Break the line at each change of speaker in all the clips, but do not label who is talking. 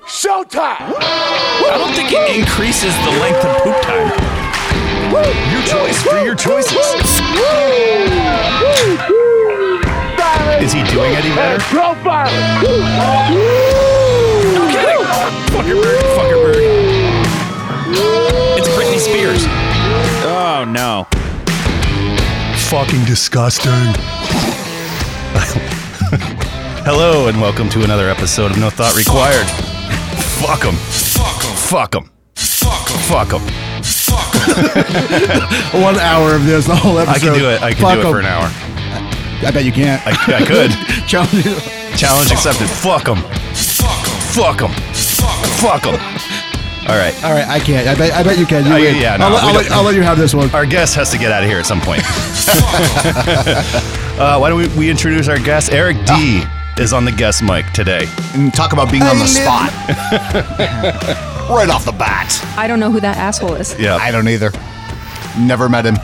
showtime.
I don't think it increases the length of poop time.
Your choice for your choices. Is he doing any better?
No kidding. Fucker bird, fucker bird. It's Britney Spears. Oh no.
Fucking disgusting. Hello and welcome to another episode of No Thought Required. Fuck 'em.
Fuck 'em.
Fuck 'em.
Fuck 'em.
Fuck 'em.
Fuck 'em.
One hour of this, the whole episode.
I can do it. I can
Fuck
do it
'em.
for an hour.
I bet you can't.
I, I could.
Challenge you.
Challenge accepted. Fuck 'em.
Fuck 'em.
Fuck 'em.
Fuck 'em.
Fuck 'em. All right.
All right, I can't. I bet. I bet you can. You
I-
win.
Oh, yeah, no,
I'll, let-
we
I'll
don't-
let, I'll let you have this one.
Our guest has to get out of here at some point.
Fuck 'em.
Uh, why don't we, we introduce our guest? Eric D is on the guest mic today.
And Mm, talk about being on the spot. right off the bat.
I don't know who that asshole is.
Yeah.
I don't either. Never met him.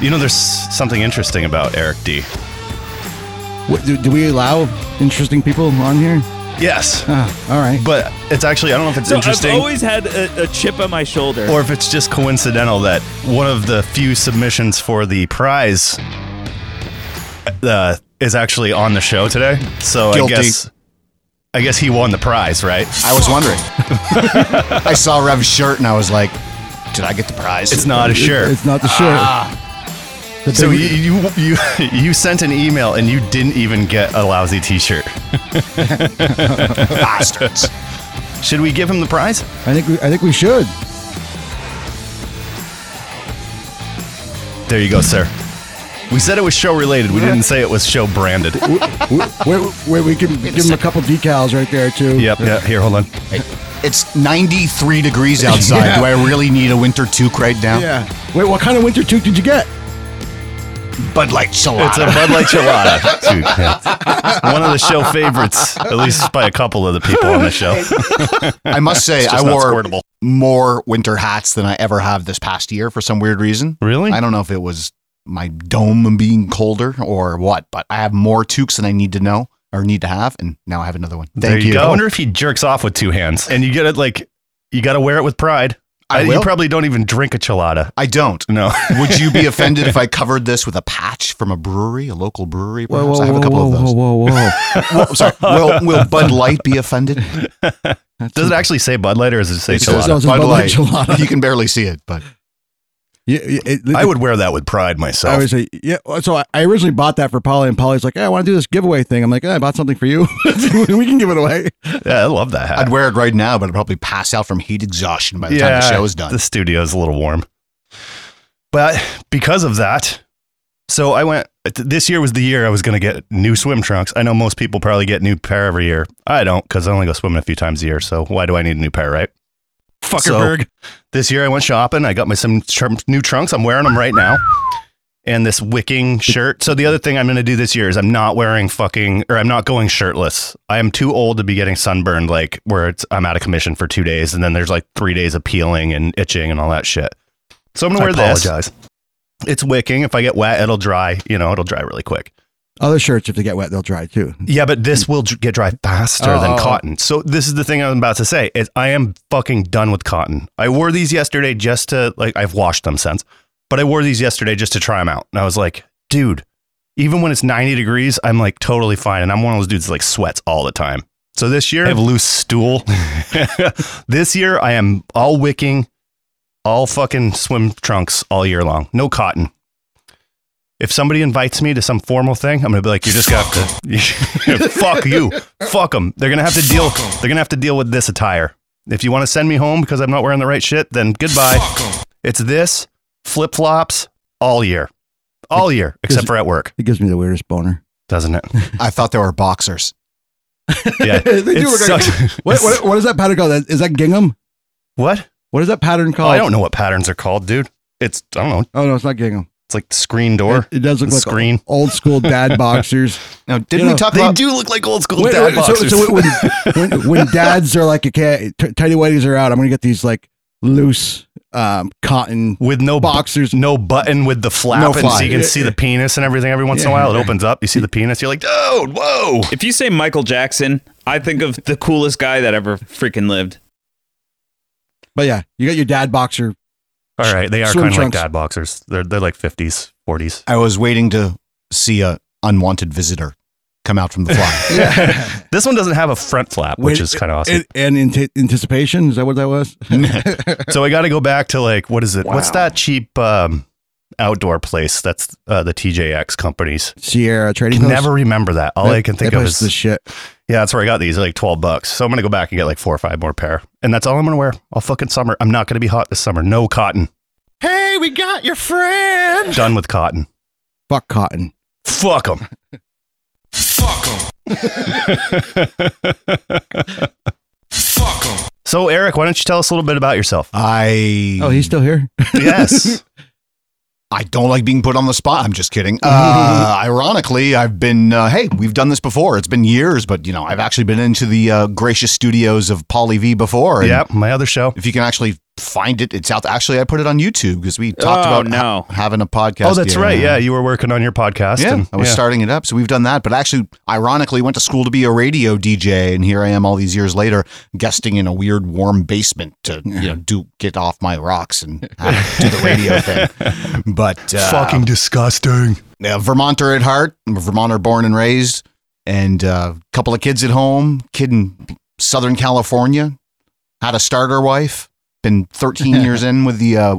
You know, there's something interesting about Eric D.
What, do, do we allow interesting people on here?
Yes,
Ah, all right.
but it's actually I don't know if it's
So
interesting
I've always had a, a chip on my shoulder.
or if it's just coincidental that one of the few submissions for the prize uh, is actually on the show today. So
Guilty.
I guess I guess he won the prize, right?
I was wondering. I saw Rev's shirt and I was like, did I get the prize?
It's not a shirt.
It's not the shirt. The
Ah. So
big-
you you you, you sent an email and you didn't even get a lousy T-shirt.
bastards.
Should we give him the prize?
I think. We, I think we should.
There you go, sir. We said it was show related. We didn't say it was show branded.
Where, where we can give them a couple decals right there too.
Yep. Yeah. Here, hold on.
It's 93 degrees outside.
Yeah.
Do I really need a winter toque right now?
Yeah. Wait, what kind of winter toque did you get?
Bud Light Salada.
It's a Bud Light Chelada. Dude, yeah. One of the show favorites, at least by a couple of the people on the show.
I must say, I
just not
wore
squirtable.
more winter hats than I ever have this past year for some weird reason.
Really?
I don't know if it was my dome being colder or what, but I have more toques than I need to know or need to have, and now I have another one. Thank
There
you.
go. I wonder if he jerks off with two hands, and you get it like you got to wear it with pride.
I
You
will.
probably don't even drink a chelada.
I don't.
No.
Would you be offended if I covered this with a patch from a brewery, a local brewery? Perhaps I have a couple of those.
whoa, whoa, whoa.
Well, I'm sorry. Will, will Bud Light be offended?
Does it actually say Bud Light or does it say
It
says
chelada?
It's a Bud Light Gelada.
You can barely see it, but
Yeah, yeah, it-
I would wear that with pride myself.
I would say, yeah. So I, I originally bought that for Polly, and Polly's like, "Hey, I want to do this giveaway thing." I'm like, "Eh, "I bought something for you. we can give it away."
yeah, I love that hat.
I'd wear it right now, but I'd probably pass out from heat exhaustion by the
yeah,
time the show is done.
The studio's a little warm, but because of that, so I went. th- This year was the year I was going to get new swim trunks. I know most people probably get new pair every year. I don't because I only go swimming a few times a year. So why do I need a new pair, right?
Fuckerberg.
This year I went shopping. I got my some tr- new trunks. I'm wearing them right now. And this wicking shirt. So the other thing I'm going to do this year is I'm not wearing fucking or I'm not going shirtless. I am too old to be getting sunburned like where it's I'm out of commission for 2 days and then there's like 3 days of peeling and itching and all that shit. So I'm going to wear this. It's wicking. If I get wet, it'll dry, you know, it'll dry really quick.
Other shirts, if they get wet, they'll dry too.
Yeah, but this will dr- get dry faster
Oh,
than
oh, oh.
cotton. So this is the thing I'm about to say is I am fucking done with cotton. I wore these yesterday just to like I've washed them since, but I wore these yesterday just to try them out, and I was like, dude, even when it's 90 degrees, I'm like totally fine, and I'm one of those dudes that like sweats all the time. So this year I have loose stool. this year I am all wicking, all fucking swim trunks all year long, no cotton. If somebody invites me to some formal thing, I'm gonna be like, "You just got to fuck you, fuck them." They're gonna have to deal.
Fuck 'em.
They're gonna have to deal with this attire. If you want to send me home because I'm not wearing the right shit, then goodbye.
Fuck 'em.
It's this flip flops all year, all year except for at work,
It gives me the weirdest boner.
doesn't it?
I thought they were boxers.
Yeah,
They do
it
look like-
sucks.
What, what, what is that pattern called? That- Is that gingham?
What?
What is that pattern
Oh,
called?
I don't know what patterns are called, dude. It's I don't know.
Oh no, it's not gingham.
It's like screen door.
It, it does look
The
like
screen.
old school dad boxers.
Now, didn't
You know,
we talk
They
about?
do look like old school
uh, Wait,
dad
wait, so,
boxers.
so when, when, when dads are like, okay, t- tidy whities are out. I'm gonna get these like loose uh, um, cotton.
with no bu-
Boxers.
no button with the flap,
No
and so you
flap.
can see the penis and everything. Every once in a
Yeah.
while, it opens up. You see the penis. You're like, dude, whoa.
If you say Michael Jackson, I think of the coolest guy that ever freaking lived.
But yeah, you got your dad boxer.
All right, they are
Swim
kind of like
trunks.
dad boxers. They're they're like 50s, 40s.
I was waiting to see a unwanted visitor come out from the fly.
Yeah,
This one doesn't have a front flap, which is kind of awesome.
And, and in anticipation, is that what that was?
so I got to go back to like what is it? What's that cheap um, outdoor place? That's uh, the TJX companies.
Sierra
I
Trading
can
Post.
never remember that. All I
That-
can
that
think of
place
is
the shit.
yeah, that's where I got these like 12 bucks. So I'm gonna go back and get like four or five more pair, and that's all I'm gonna wear all fucking summer. I'm not gonna be hot this summer. No cotton.
hey, we got your friend.
Done with cotton.
Fuck cotton.
Fuck them.
Fuck 'em. Fuck 'em.
So Eric, why don't you tell us a little bit about yourself? Mm.
I
Oh, he's still here.
yes.
I don't like being put on the spot. I'm just kidding. Uh, ironically, I've been, uh, hey, we've done this before. It's been years, but, you know, I've actually been into the uh, gracious studios of Poly V before. and
yep. My other show.
If you can actually find it, it's out. Actually, I put it on YouTube because we talked
Oh,
about
no.
ha- having a podcast.
Oh, that's right. Yeah, you were working on your podcast.
Yeah,
and-
I was
yeah.
starting it up. So we've done that. But actually, ironically, went to school to be a radio DJ. And here I am all these years later, guesting in a weird warm basement to, you know, do get off my rocks and have- do the radio thing. But uh,
fucking disgusting.
a Vermonter at heart, I'm a Vermonter born and raised, and a couple of kids at home, kid in Southern California, had a starter wife, been 13 years in with the uh,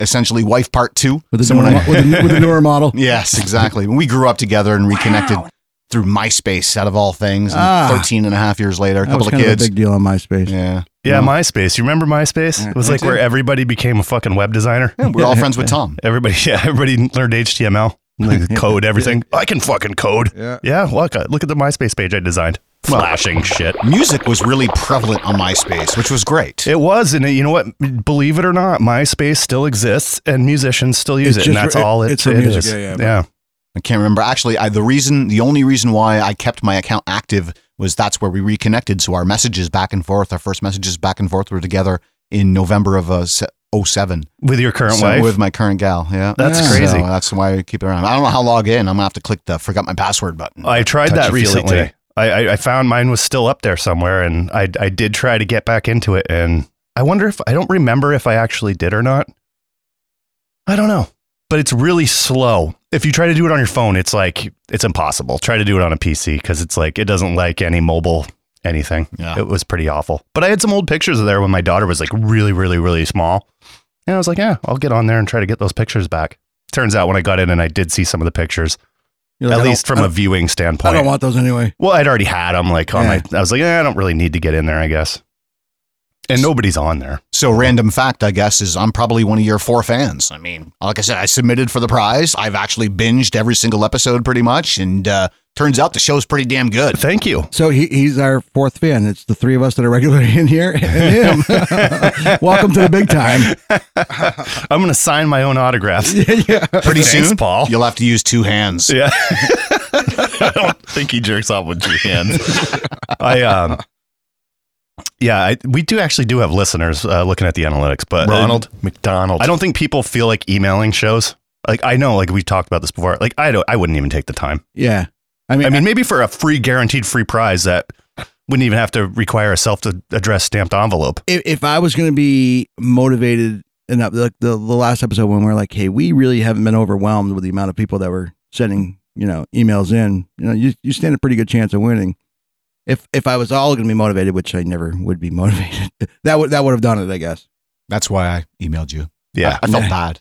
essentially wife part two.
With the,
Someone
newer,
I-
mo- with, the, with the newer model.
yes, exactly. we grew up together and reconnected through MySpace out of all things. And
Ah.
13 and a half years later,
That
a couple
was
of
kind
kids.
of a big deal on MySpace.
yeah.
Yeah, MySpace. You remember MySpace?
Yeah,
It was
I
like where
do.
everybody became a fucking web designer.
We're all friends with Tom.
Everybody, yeah, everybody learned HTML, like code, everything. I can fucking code.
Yeah.
Yeah, look, uh, look at the MySpace page I designed. Flashing shit.
Music was really prevalent on MySpace, which was great.
It was, and it, you know what? Believe it or not, MySpace still exists, and musicians still use
It's
it, and
just
that's
for-
all it,
it's for
it
music,
is.
yeah, yeah.
I can't remember. Actually, I, the reason, the only reason why I kept my account active was that's where we reconnected. So our messages back and forth, our first messages back and forth were together in November of uh, se- 07.
with your current
So
wife.
With my current gal. Yeah.
That's
So
crazy.
that's why I keep it around. I don't know how to log in. I'm going to have to click the forgot my password button.
I tried that
Touchy-feely
recently.
today.
I, I, I found mine was still up there somewhere, and I, I did try to get back into it, and I wonder if I don't remember if I actually did or not. I don't know, but it's really slow. If you try to do it on your phone, it's like it's impossible. Try to do it on a PC because it's like it doesn't like any mobile anything.
Yeah.
It was pretty awful. But I had some old pictures of there when my daughter was like really, really, really small, and I was like, yeah, I'll get on there and try to get those pictures back. Turns out when I got in and I did see some of the pictures,
You're like,
at
I don't-
least from
I
a viewing standpoint.
I don't want those anyway.
Well, I'd already had them. Like on
Yeah.
my, I was like, eh, I don't really need to get in there, I guess. And nobody's on there.
So, random fact, I guess, is I'm probably one of your four fans. I mean, like I said, I submitted for the prize. I've actually binged every single episode pretty much. And uh, turns out the show's pretty damn good.
Thank you.
So he, he's our fourth fan. It's the three of us that are regularly in here and him. Welcome to the big time.
I'm gonna sign my own autographs
yeah.
pretty
soon,
Paul.
You'll have to use two hands.
Yeah. I don't think he jerks off with two hands. I um. Yeah, I, we do actually do have listeners uh, looking at the analytics, but uh,
Ronald
McDonald. I don't think people feel like emailing shows. Like I know, like we talked about this before. Like I don't, I wouldn't even take the time.
Yeah. I mean,
I mean, maybe for a free, guaranteed free prize that wouldn't even have to require a self to address stamped envelope.
if, if I was going to be motivated enough, like the, the last episode when we we're like, hey, we really haven't been overwhelmed with the amount of people that were sending, you know, emails in, you know, you, you stand a pretty good chance of winning. If if I was all going to be motivated, which I never would be motivated, that would that would have done it, I guess.
That's why I emailed you.
Yeah.
I, I felt bad.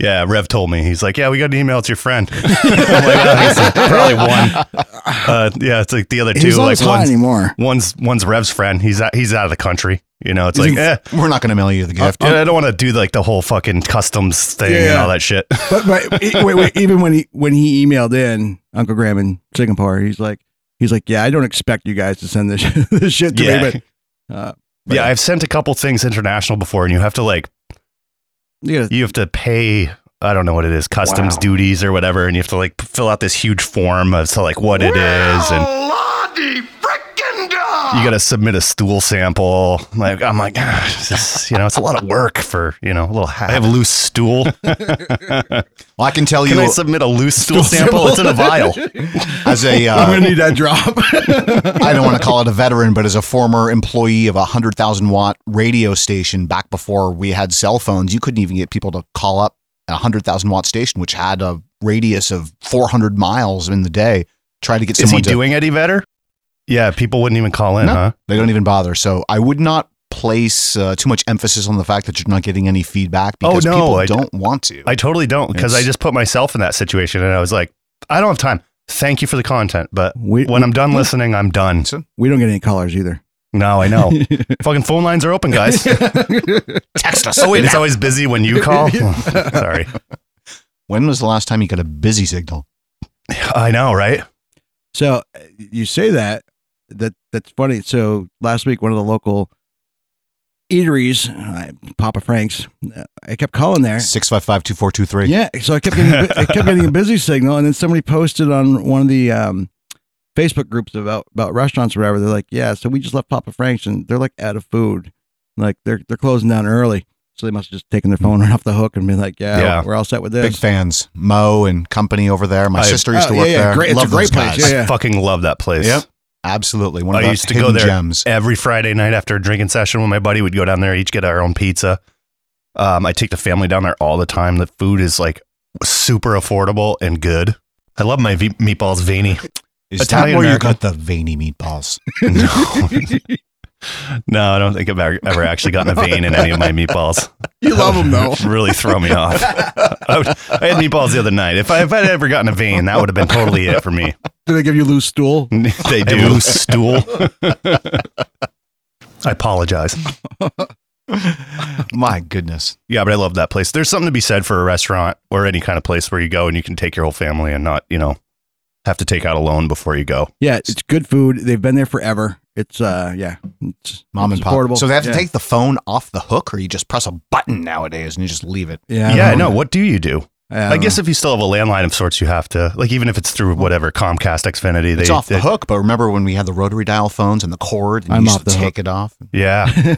Yeah. Rev told me, he's like, yeah, we got an email. It's your friend. I'm like, "Oh, it's probably one. Uh, yeah. It's like the other two,
He's not
like
as hot
one's,
anymore.
one's, one's Rev's friend. He's out, he's out of the country. You know, it's
He's
like, eh, Uh,
We're not going to mail you the gift.
dude, I don't want to do like the whole fucking customs thing
Yeah,
and
yeah.
all that shit.
but but e- wait, wait, even when he when he emailed in Uncle Graham in Singapore, he's like he's like, yeah, I don't expect you guys to send this this shit to
Yeah.
me, but uh, but
yeah. I've sent a couple things international before and you have to like,
you gotta-
you have to pay. I don't know what it is, customs duties or whatever, and you have to like fill out this huge form as to like what it is, and
Lottie frickin'
you got to submit a stool sample. Like I'm like, "Ah, this is- you know, it's a lot of work for you know a little. Hat. I have loose stool.
Well, I can tell
Can
you
I submit a loose stool, sample? It's in a vial.
as a
I'm
uh,
gonna need that drop.
I don't want to call it a veteran, but as a former employee of a hundred thousand watt radio station back before we had cell phones, you couldn't even get people to call up a hundred thousand watt station, which had a radius of four hundred miles in the day. Try to get
Is
someone
he
to
doing any better? Yeah, people wouldn't even call in,
No.
huh?
They don't even bother. So I would not place uh, too much emphasis on the fact that you're not getting any feedback
Oh,
because
no,
people
I-
don't want to.
I totally don't because I
It's-
just put myself in that situation and I was like, I don't have time. Thank you for the content, but
We-
when I'm done listening, I'm done.
we don't get any callers either.
No, I know. Fucking phone lines are open, guys.
Text us.
Oh wait, it's always busy when you call. Sorry,
When was the last time you got a busy signal?
I know, right?
So uh, you say that that that's funny. So last week, one of the local eateries, uh, Papa Frank's, uh, I kept calling there.
Six five five two four two three.
Yeah, so I kept getting I kept getting a busy signal, and then somebody posted on one of the um, Facebook groups about about restaurants or whatever. They're like, "Yeah, so we just left Papa Frank's, and they're like out of food, like they're they're closing down early." So they must have just taken their phone right off the hook and been like, "Yeah,
Yeah.
we're all set with this."
Big fans. Mo and company over there. My
I-
sister used to
Oh,
work
yeah, yeah,
there.
great- it's a
Love those
great place,
guys.
yeah, yeah.
I fucking love that place.
Yep. Absolutely. One of
I
the
used to go
hidden
there
gems.
every Friday night after a drinking session when my buddy would go down there, each get our own pizza. Um, I take the family down there all the time. The food is like super affordable and good. I love my v- meatballs veiny.
Is that
Italian
where you
American.
got the veiny meatballs?
No, I don't think I've ever, ever actually gotten a vein in any of my meatballs.
you love them though.
really throw me off. I, would- I had meatballs the other night. If I if I'd ever gotten a vein, that would have been totally it for me.
Do they give you loose stool?
they do loose stool. I apologize.
My goodness.
Yeah, but I love that place. There's something to be said for a restaurant or any kind of place where you go and you can take your whole family and not, you know, have to take out a loan before you go.
Yeah, it's good food. They've been there forever. It's uh, yeah, it's
Mom
it's
and pop.
affordable.
So they have to
Yeah.
take the phone off the hook or you just press a button nowadays and you just leave it.
Yeah,
yeah, no. What do you do?
I,
I, guess if you still have a landline of sorts, you have to like even if it's through whatever Comcast, Xfinity. They,
it's off
they-
the hook, but remember when we had the rotary dial phones and the cord and
I'm
you used
off the
to take it off?
Yeah,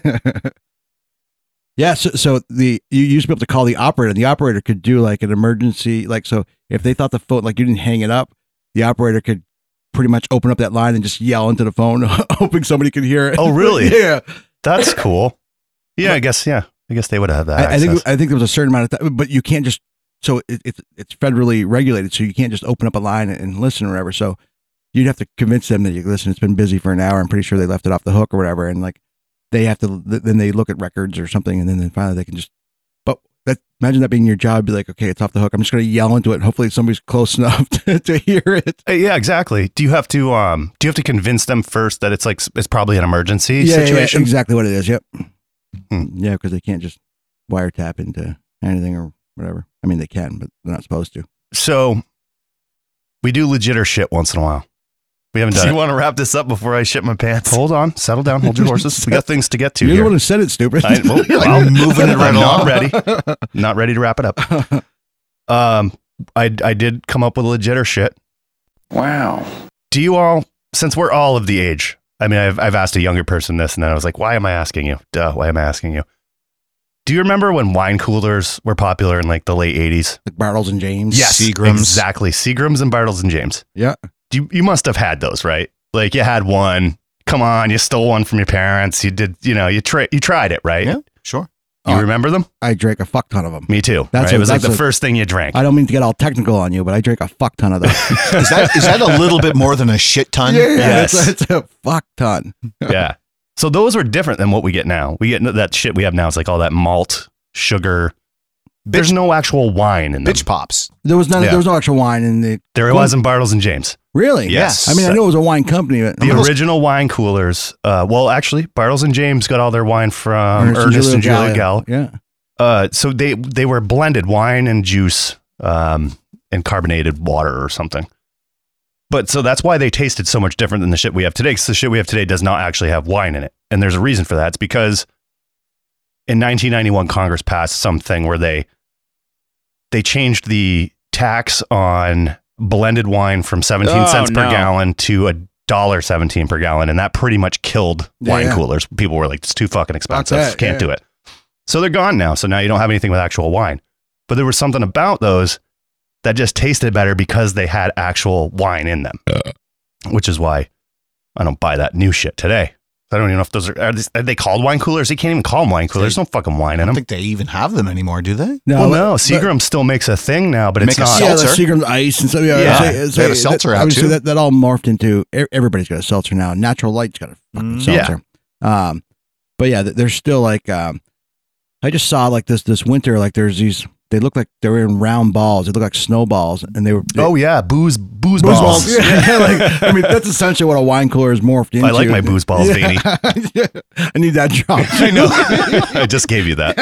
yeah. So, so the you used to be able to call the operator. The operator could do like an emergency, like so if they thought the phone, like you didn't hang it up, the operator could pretty much open up that line and just yell into the phone, hoping somebody could hear it.
Oh, really?
yeah.
that's cool. Yeah, I guess. Yeah, I guess they would have that.
I, I think
access.
I think there was a certain amount of time, but you can't just so it, it's it's federally regulated, so you can't just open up a line and, and listen or whatever. So you'd have to convince them that you listen. It's been busy for an hour. I'm pretty sure they left it off the hook or whatever, and like they have to th- then they look at records or something, and then, then finally they can just. But that imagine that being your job, be like, okay, it's off the hook. I'm just gonna yell into it. Hopefully somebody's close enough to, to hear it.
Uh, yeah, exactly. Do you have to um do you have to convince them first that it's like s- it's probably an emergency
Yeah, yeah, yeah,
situation?
exactly what it is. Yep.
Hmm.
Yeah, because they can't just wiretap into anything or whatever. I mean, they can, but they're not supposed to.
So we do legit or shit once in a while. We haven't
Do
done
you
it.
want to wrap this up before I shit my pants?
Hold on, settle down, hold your horses. We got things to get to
You're the
here.
one who said it, stupid.
I, well, I'm moving it right along.
along.
Not ready. Not ready to wrap it up. Um, I I did come up with legit or shit.
Wow.
Do you all? Since we're all of the age, I mean, I've I've asked a younger person this, and then I was like, why am I asking you? Duh, why am I asking you? Do you remember when wine coolers were popular in like the late '80s?
like Bartles and James.
Yes. Seagrams.
Exactly. Seagrams and Bartles and James.
Yeah.
Do You, you must have had those, right? Like you had one. Come on, you stole one from your parents. You did, you know, you tri- you tried it, right?
Yeah, sure.
You
Oh.
remember them?
I drank a fuck ton of them.
Me too.
That's
right?
a-
it was like
that's
the
a-
first thing you drank.
I don't mean to get all technical on you, but I drank a fuck ton of them.
Is that is that a little bit more than a shit ton?
that's-
Yes.
that's a fuck ton.
yeah. So those were different than what we get now. We get that shit we have now. It's like all that malt, sugar. There's no actual wine in them.
Bitch pops.
There was none.
Yeah.
There was no actual wine in the.
There was in Bartles and James.
Really?
Yes.
I mean, I knew it was a wine company, but
The original wine coolers. Uh, well, actually, Bartles and James got all their wine from um, Ernest, and Julia Gallo.
Yeah.
Uh, so they they were blended wine and juice um, and carbonated water or something. But so that's why they tasted so much different than the shit we have today. Because the shit we have today does not actually have wine in it, and there's a reason for that. It's because in 1991, Congress passed something where they they changed the tax on blended wine from 17
Oh,
cents per
no.
gallon to a dollar seventeen per gallon, and that pretty much killed
Yeah,
wine
yeah.
coolers. People were like, "It's too fucking expensive.
that,
Can't
yeah.
do it." So they're gone now. So now you don't have anything with actual wine. But there was something about those that just tasted better because they had actual wine in them, which is why I don't buy that new shit today. I don't even know if those are are, these, are they called wine coolers. They can't even call them wine coolers. There's no fucking wine
I
in
don't
them.
think they even have them anymore, do they?
No,
well,
but-
no,
but-
Seagram still makes a thing now, but it's
Make a
not.
Yeah, the
Seltzer.
Seagram's ice and stuff.
Yeah.
Yeah, it's- it's-
They have a
it's-
seltzer out,
obviously
too.
That, that all morphed into e- everybody's got a seltzer now. Natural Light's got a fucking
Mm.
Yeah.
seltzer. Um, but yeah, th- there's still like um, I just saw like this this winter like there's these they look like they were in round balls. They look like snowballs, and they were they-
Oh yeah, booze booze,
booze
balls.
balls. Yeah, like, I mean that's essentially what a wine cooler is morphed into.
I like my booze balls, Beanie.
I need that job.
I know. I just gave you that.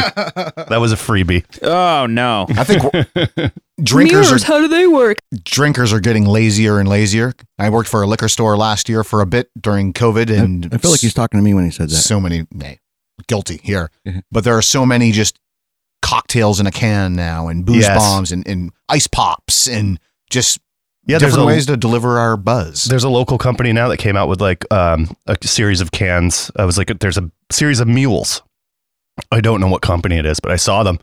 That was a freebie.
Oh no.
I think w- drinkers are
how do they work?
drinkers are getting lazier and lazier. I worked for a liquor store last year for a bit during COVID, and
I feel like he's talking to me when he says that.
so many hey, guilty here,
Mm-hmm.
Mhm.
but there are so many just cocktails in a can now, and booze
Yes.
bombs, and, and ice pops, and just
Yeah, there's a,
different ways to deliver our buzz.
there's a local company now that came out with like um, a series of cans. I was like, there's a series of mules. I don't know what company it is, but I saw them.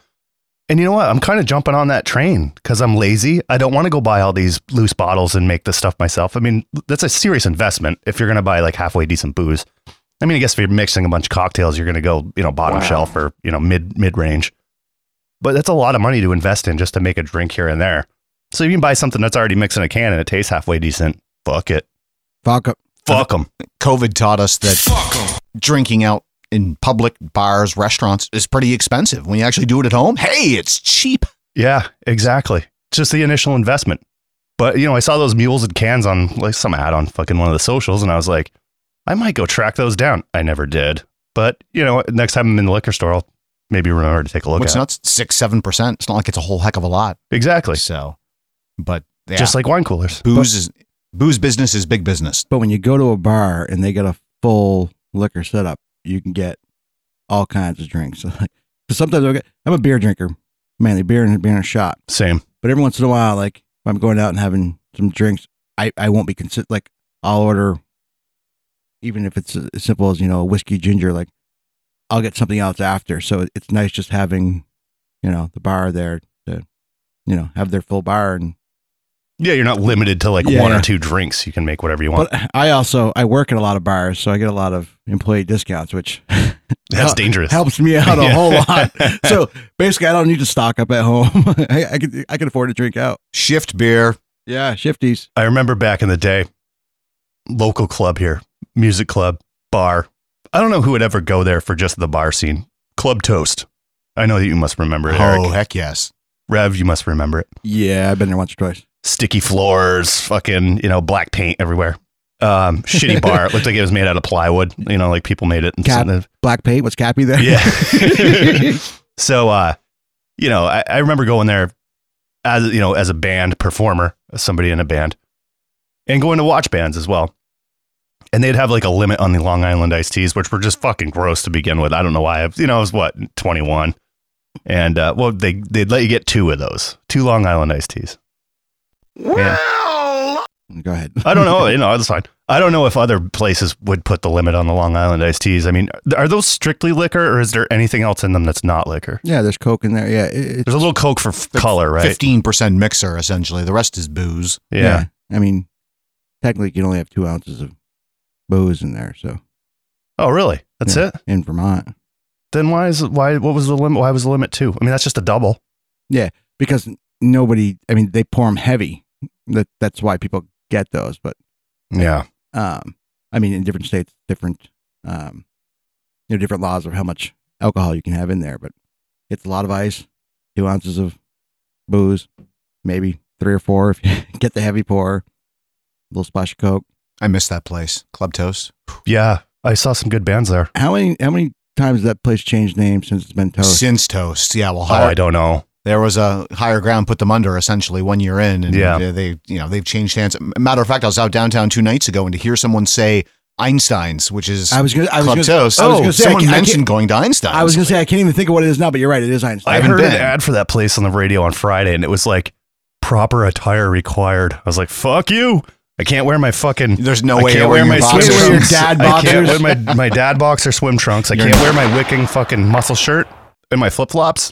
And you know what? I'm kind of jumping on that train because I'm lazy. I don't want to go buy all these loose bottles and make this stuff myself. I mean, that's a serious investment if you're going to buy like halfway decent booze. I mean, I guess if you're mixing a bunch of cocktails, you're going to go, you know, bottom shelf or, you know, mid mid range. But that's a lot of money to invest in just to make a drink here and there. So if you can buy something that's already mixed in a can and it tastes halfway decent, fuck it.
Fuck up.
Fuck them.
COVID taught us that
Fuck 'em.
drinking out in public bars, restaurants is pretty expensive. When you actually do it at home, hey, it's cheap.
Yeah, exactly. It's just the initial investment. But you know, I saw those mules and cans on like some ad on fucking one of the socials, and I was like, I might go track those down. I never did. But you know, what? next time I'm in the liquor store, I'll maybe remember to take a look
What's
at. it.
nuts? Six, seven percent. It's not like it's a whole heck of a lot.
Exactly.
So, but yeah,
Just like wine coolers.
booze is booze business is big business.
But when you go to a bar and they got a full liquor setup, you can get all kinds of drinks. Like, 'cause sometimes I'll get, I'm a beer drinker, mainly beer and beer and a shot.
Same.
But every once in a while, like if I'm going out and having some drinks, I, I won't be considered like I'll order, even if it's as simple as you know a whiskey ginger. Like I'll get something else after. So it's nice just having, you know, the bar there to, you know, have their full bar and
Yeah, you're not limited to like
Yeah.
one or two drinks. You can make whatever you want.
But I also I work at a lot of bars, so I get a lot of employee discounts, which
That's
hel-
dangerous.
helps me out a
Yeah.
whole lot. So basically, I don't need to stock up at home. I, I could I could afford to drink out.
Shift beer.
Yeah, shifties.
I remember back in the day, local club here, music club, bar. I don't know who would ever go there for just the bar scene. Club Toast. I know that you must remember it, Eric.
Oh heck yes.
Rev, you must remember it.
Yeah, I've been there once or twice.
Sticky floors, fucking, you know, black paint everywhere. Um, shitty bar. It looked like it was made out of plywood. You know, like people made it. And
Cap.
sent it-
Black paint was Cappy there.
yeah. so, uh, you know, I, I remember going there as you know, as a band performer, as somebody in a band, and going to watch bands as well. And they'd have like a limit on the Long Island iced teas, which were just fucking gross to begin with. I don't know why. I, you know, I was what twenty one, and uh, well, they they'd let you get two of those, two Long Island iced teas. Yeah.
Go ahead.
I don't know. You know, that's fine. I don't know if other places would put the limit on the Long Island iced teas. I mean, are those strictly liquor, or is there anything else in them that's not liquor?
Yeah, there's Coke in there. Yeah, it, it's-
There's a little Coke for f- color, right?
Fifteen percent mixer essentially. The rest is booze.
Yeah.
I mean, technically, you can only have two ounces of booze in there. So
Oh, really? That's
yeah,
it.
in Vermont
Then why is why? What was the limit? Why was the limit two? I mean, that's just a double.
because nobody. I mean, they pour them heavy. That that's why people get those, but.
Yeah.
um, I mean, in different states, different, um, you know, different laws of how much alcohol you can have in there, but it's a lot of ice, two ounces of booze, maybe three or four if you get the heavy pour, a little splash of Coke.
I miss that place. Club Toast.
Yeah. I saw some good bands there.
How many, how many times has that place changed name since it's been toast?
Since Toast. Yeah, well
Oh, I
higher,
don't know.
there was a higher ground put them under essentially one year in and
Yeah.
they, they you know, they've changed hands. Matter of fact, I was out downtown two nights ago and to hear someone say Einstein's, which is
I was gonna, I was
Club
gonna,
Toast. Oh,
I was gonna say, I
someone
can't- I can't-
mentioned going to Einstein's.
I was gonna say, I can't even think of what it is now, but you're right, it is Einstein.
I,
haven't
heard an
been.
ad for that place on the radio on Friday, and it was like proper attire required. I was like, "Fuck you!" I can't wear my fucking.
There's no
I
way
can't
you're
wear
wearing
my swim
your boxers.
Wear your
trunks.
dad
I can't
boxers.
wear my, my dad boxer swim trunks. I can't wear my wicking fucking muscle shirt and my flip flops.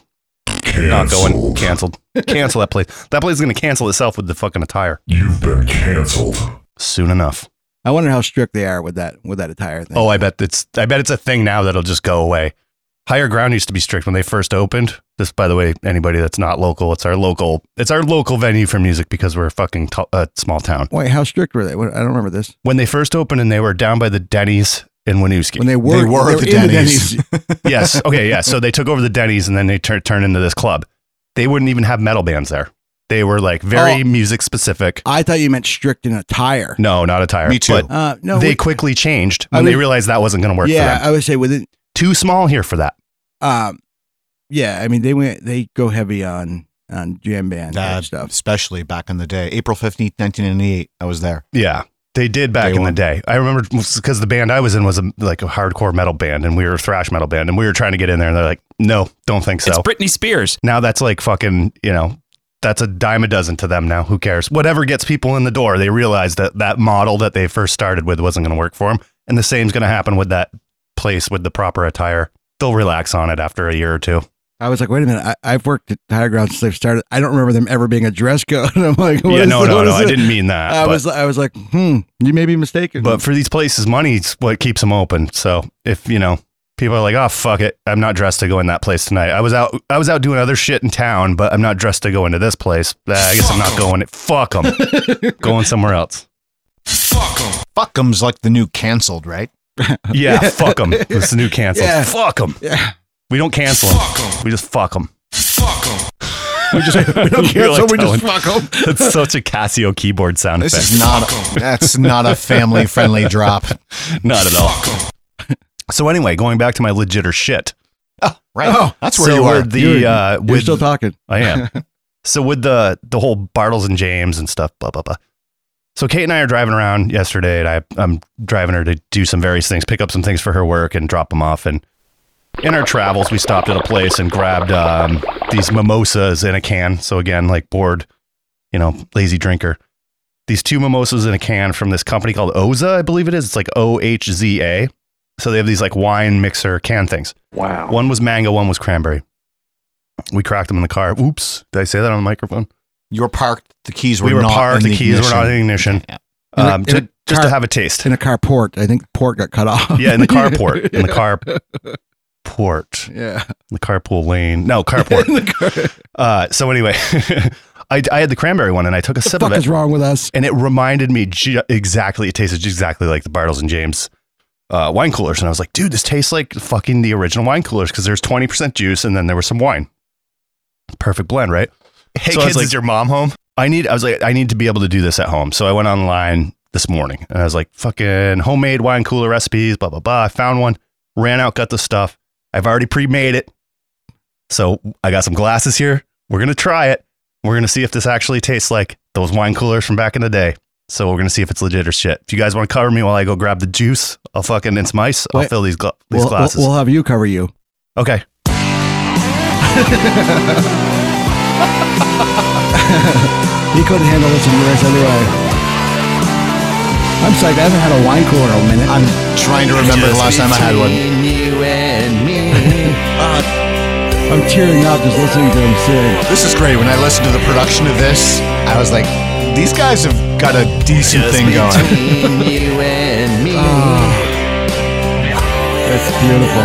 Not going. Canceled. Cancel that place. That place is going to cancel itself with the fucking attire
You've been canceled.
soon enough.
I wonder how strict they are with that with that attire thing.
Oh, I bet it's. I bet it's a thing now that'll just go away. Higher ground used to be strict when they first opened. This, by the way, anybody that's not local, it's our local. It's our local venue for music because we're a fucking t- uh, small town.
wait, how strict were they? What, I don't remember this.
When they first opened, and they were down by the Denny's in Winooski.
When they were,
They were at
they
the
in
Denny's.
yes. Okay. Yeah. So they took over the Denny's and then they tur- turned into this club. They wouldn't even have metal bands there. They were like very
Oh.
music specific.
I thought you meant strict in attire.
No, not attire.
Me too.
But
Uh, no,
they
we-
quickly changed
I
when they
would-
realized that wasn't going to work
yeah,
for them.
I would say within.
Too small here for that.
Um, yeah, I mean they went they go heavy on on jam band
Uh,
type stuff.
especially back in the day. April 15th, 1998, I was there.
Yeah. They did back
They
in the
won't.
day. I remember because the band I was in was a, like a hardcore metal band and we were a thrash metal band and we were trying to get in there and they're like, no, don't think so.
It's Britney Spears.
now that's like fucking, you know, that's a dime a dozen to them now. Who cares? Whatever gets people in the door, they realize that that model that they first started with wasn't going to work for them. And the same's going to happen with that place with the proper attire. They'll relax on it after a year or two.
I was like, wait a minute, I, I've worked at higher ground since they've started. I don't remember them ever being a dress code. And I'm like, what
yeah,
is
no,
it?
no,
What
no.
is
I
it?
didn't mean that.
I
but,
was I was like, hmm, you may be mistaken.
but for these places, money's what keeps them open. So if, you know, people are like, oh, fuck it. I'm not dressed to go in that place tonight. I was out, I was out doing other shit in town, but I'm not dressed to go into this place. Ah, I guess I'm not
Fuck 'em.
going it. Fuck them. going somewhere else.
Fuck 'em.
Fuckums like the new canceled, right?
Yeah, fuck them. It's the new cancel.
Yeah.
Fuck them.
yeah,
We don't cancel them.
Fuck 'em.
We just fuck them.
Fuck 'em.
We just we don't
so we just fuck them.
That's such a Casio keyboard sound
This
effect.
is not a, that's not a family friendly drop.
Not at all.
Fuck 'em.
So anyway, going back to my legit or shit.
Right.
Oh,
that's where
so
you are.
with The
You're-
uh,
We're
with
still talking.
I am. so with the the whole Bartles and James and stuff, blah blah blah. So Kate and I are driving around yesterday, and I, I'm driving her to do some various things, pick up some things for her work, and drop them off. And in our travels, we stopped at a place and grabbed um, these mimosas in a can. So again, like bored, you know, lazy drinker. These two mimosas in a can from this company called Oza, I believe it is. It's like O H Z A. So they have these like wine mixer can things. Wow. One was mango, one was cranberry. We cracked them in the car. Oops. Did I say that on the microphone?
you were parked. The keys were
we were
not
parked.
in
The, keys were not in the ignition.
ignition. Yeah.
In a-
Um,
in
to,
a
just to
car-
have a taste.
In a carport, I think the port got cut off.
Yeah, in the carport. In the car port.
yeah,
The carpool lane. No, carport.
the car-
uh, so anyway, I, I had the cranberry one and I took a
the
sip of
fuck
it.
is wrong with us?
and it reminded me ju- exactly. It tasted exactly like the Bartles and James uh, wine coolers, and I was like, dude, this tastes like fucking the original wine coolers because there's twenty percent juice and then there was some wine. Perfect blend, right? Hey
kids, is
your mom home? I need. I was like, I need to be able to do this at home, so I went online this morning and I was like, fucking homemade wine cooler recipes, blah blah blah. I found one, ran out, got the stuff. I've already pre-made it, so I got some glasses here. We're gonna try it. We're gonna see if this actually tastes like those wine coolers from back in the day. So we're gonna see if it's legit or shit. If you guys want to cover me while I go grab the juice, I'll fucking and some ice. I'll
Wait.
fill these gla- these
We'll, we'll,
glasses.
we'll have you cover you.
okay.
He couldn't handle this in US anyway. I'm psyched. I haven't had a wine cooler in a minute.
I'm trying to remember the last time I had one.
I'm tearing up just listening to him sing.
This is great. When I listened to the production of this, I was like, these guys have got a decent thing going.
Ah. That's beautiful.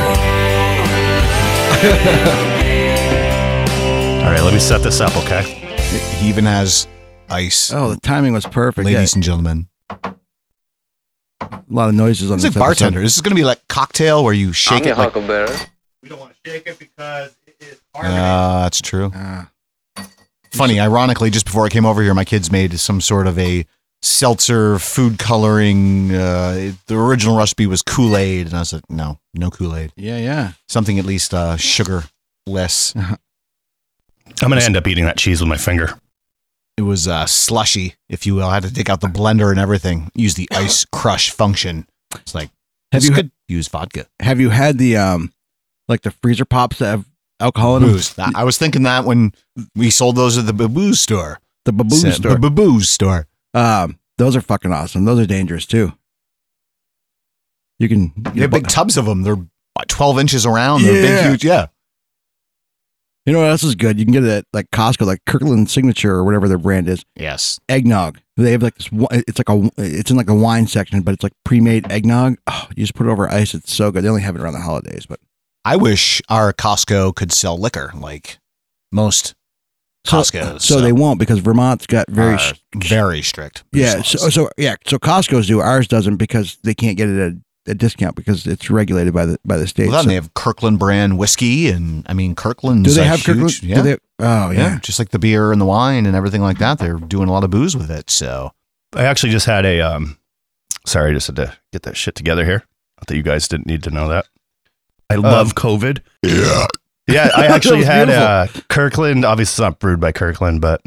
All right. Let me set this up. Okay.
he even has ice,
Oh, the timing was perfect.
ladies and gentlemen.
Yeah, a lot of noises on
It's
this
like bartender. This is going to be like cocktail where you shake it. Like,
We don't want to shake it because it is
uh, that's true.
episode. Ah.
Funny, ironically, just before I came over here, my kids made some sort of a seltzer food coloring. Uh, it- the original recipe was Kool Aid, and I was like, no, no Kool Aid.
yeah, yeah.
Something at least uh, sugar less.
I'm gonna end up eating that cheese with my finger.
It was uh, slushy, if you will. I had to take out the blender and everything. Use the ice crush function. It's like
Have
this
you
could use vodka
Have you had the um, like the freezer pops that have alcohol in them?
booze. That- I was thinking that when we sold those at the booze store.
The baboon
Said-
store.
The booze store.
um, Those are fucking awesome. Those are dangerous too. You can
They have big tubs of them. They're what, 12 inches around. They're
Yeah.
big, huge. Yeah.
You know what else is good? You can get it at like Costco, like Kirkland Signature or whatever their brand is.
Yes.
Eggnog. They have like this. wi- It's like a. It's in like a wine section, but it's like pre-made eggnog. Oh, you just put it over ice. It's so good. They only have it around the holidays, but
I wish our Costco could sell liquor like most
so,
Costco's.
So, they won't because Vermont's got very.
are
sh-
very strict.
yeah.
police
So
laws.
so yeah. So Costco's do. Ours doesn't because they can't get it at a discount because it's regulated by the by the state.
well, then
So-
they have Kirkland brand whiskey, and I mean Kirkland's
do they
a
have
huge,
Kirkland?
Yeah,
Do they, oh
yeah,
yeah.
just like the beer and the wine and everything like that. They're doing a lot of booze with it. So
I actually just had a um sorry, I just had to get that shit together here. Not that you guys didn't need to know that. I love COVID. Yeah. Yeah, I actually
was
had uh Kirkland, obviously it's not brewed by Kirkland, but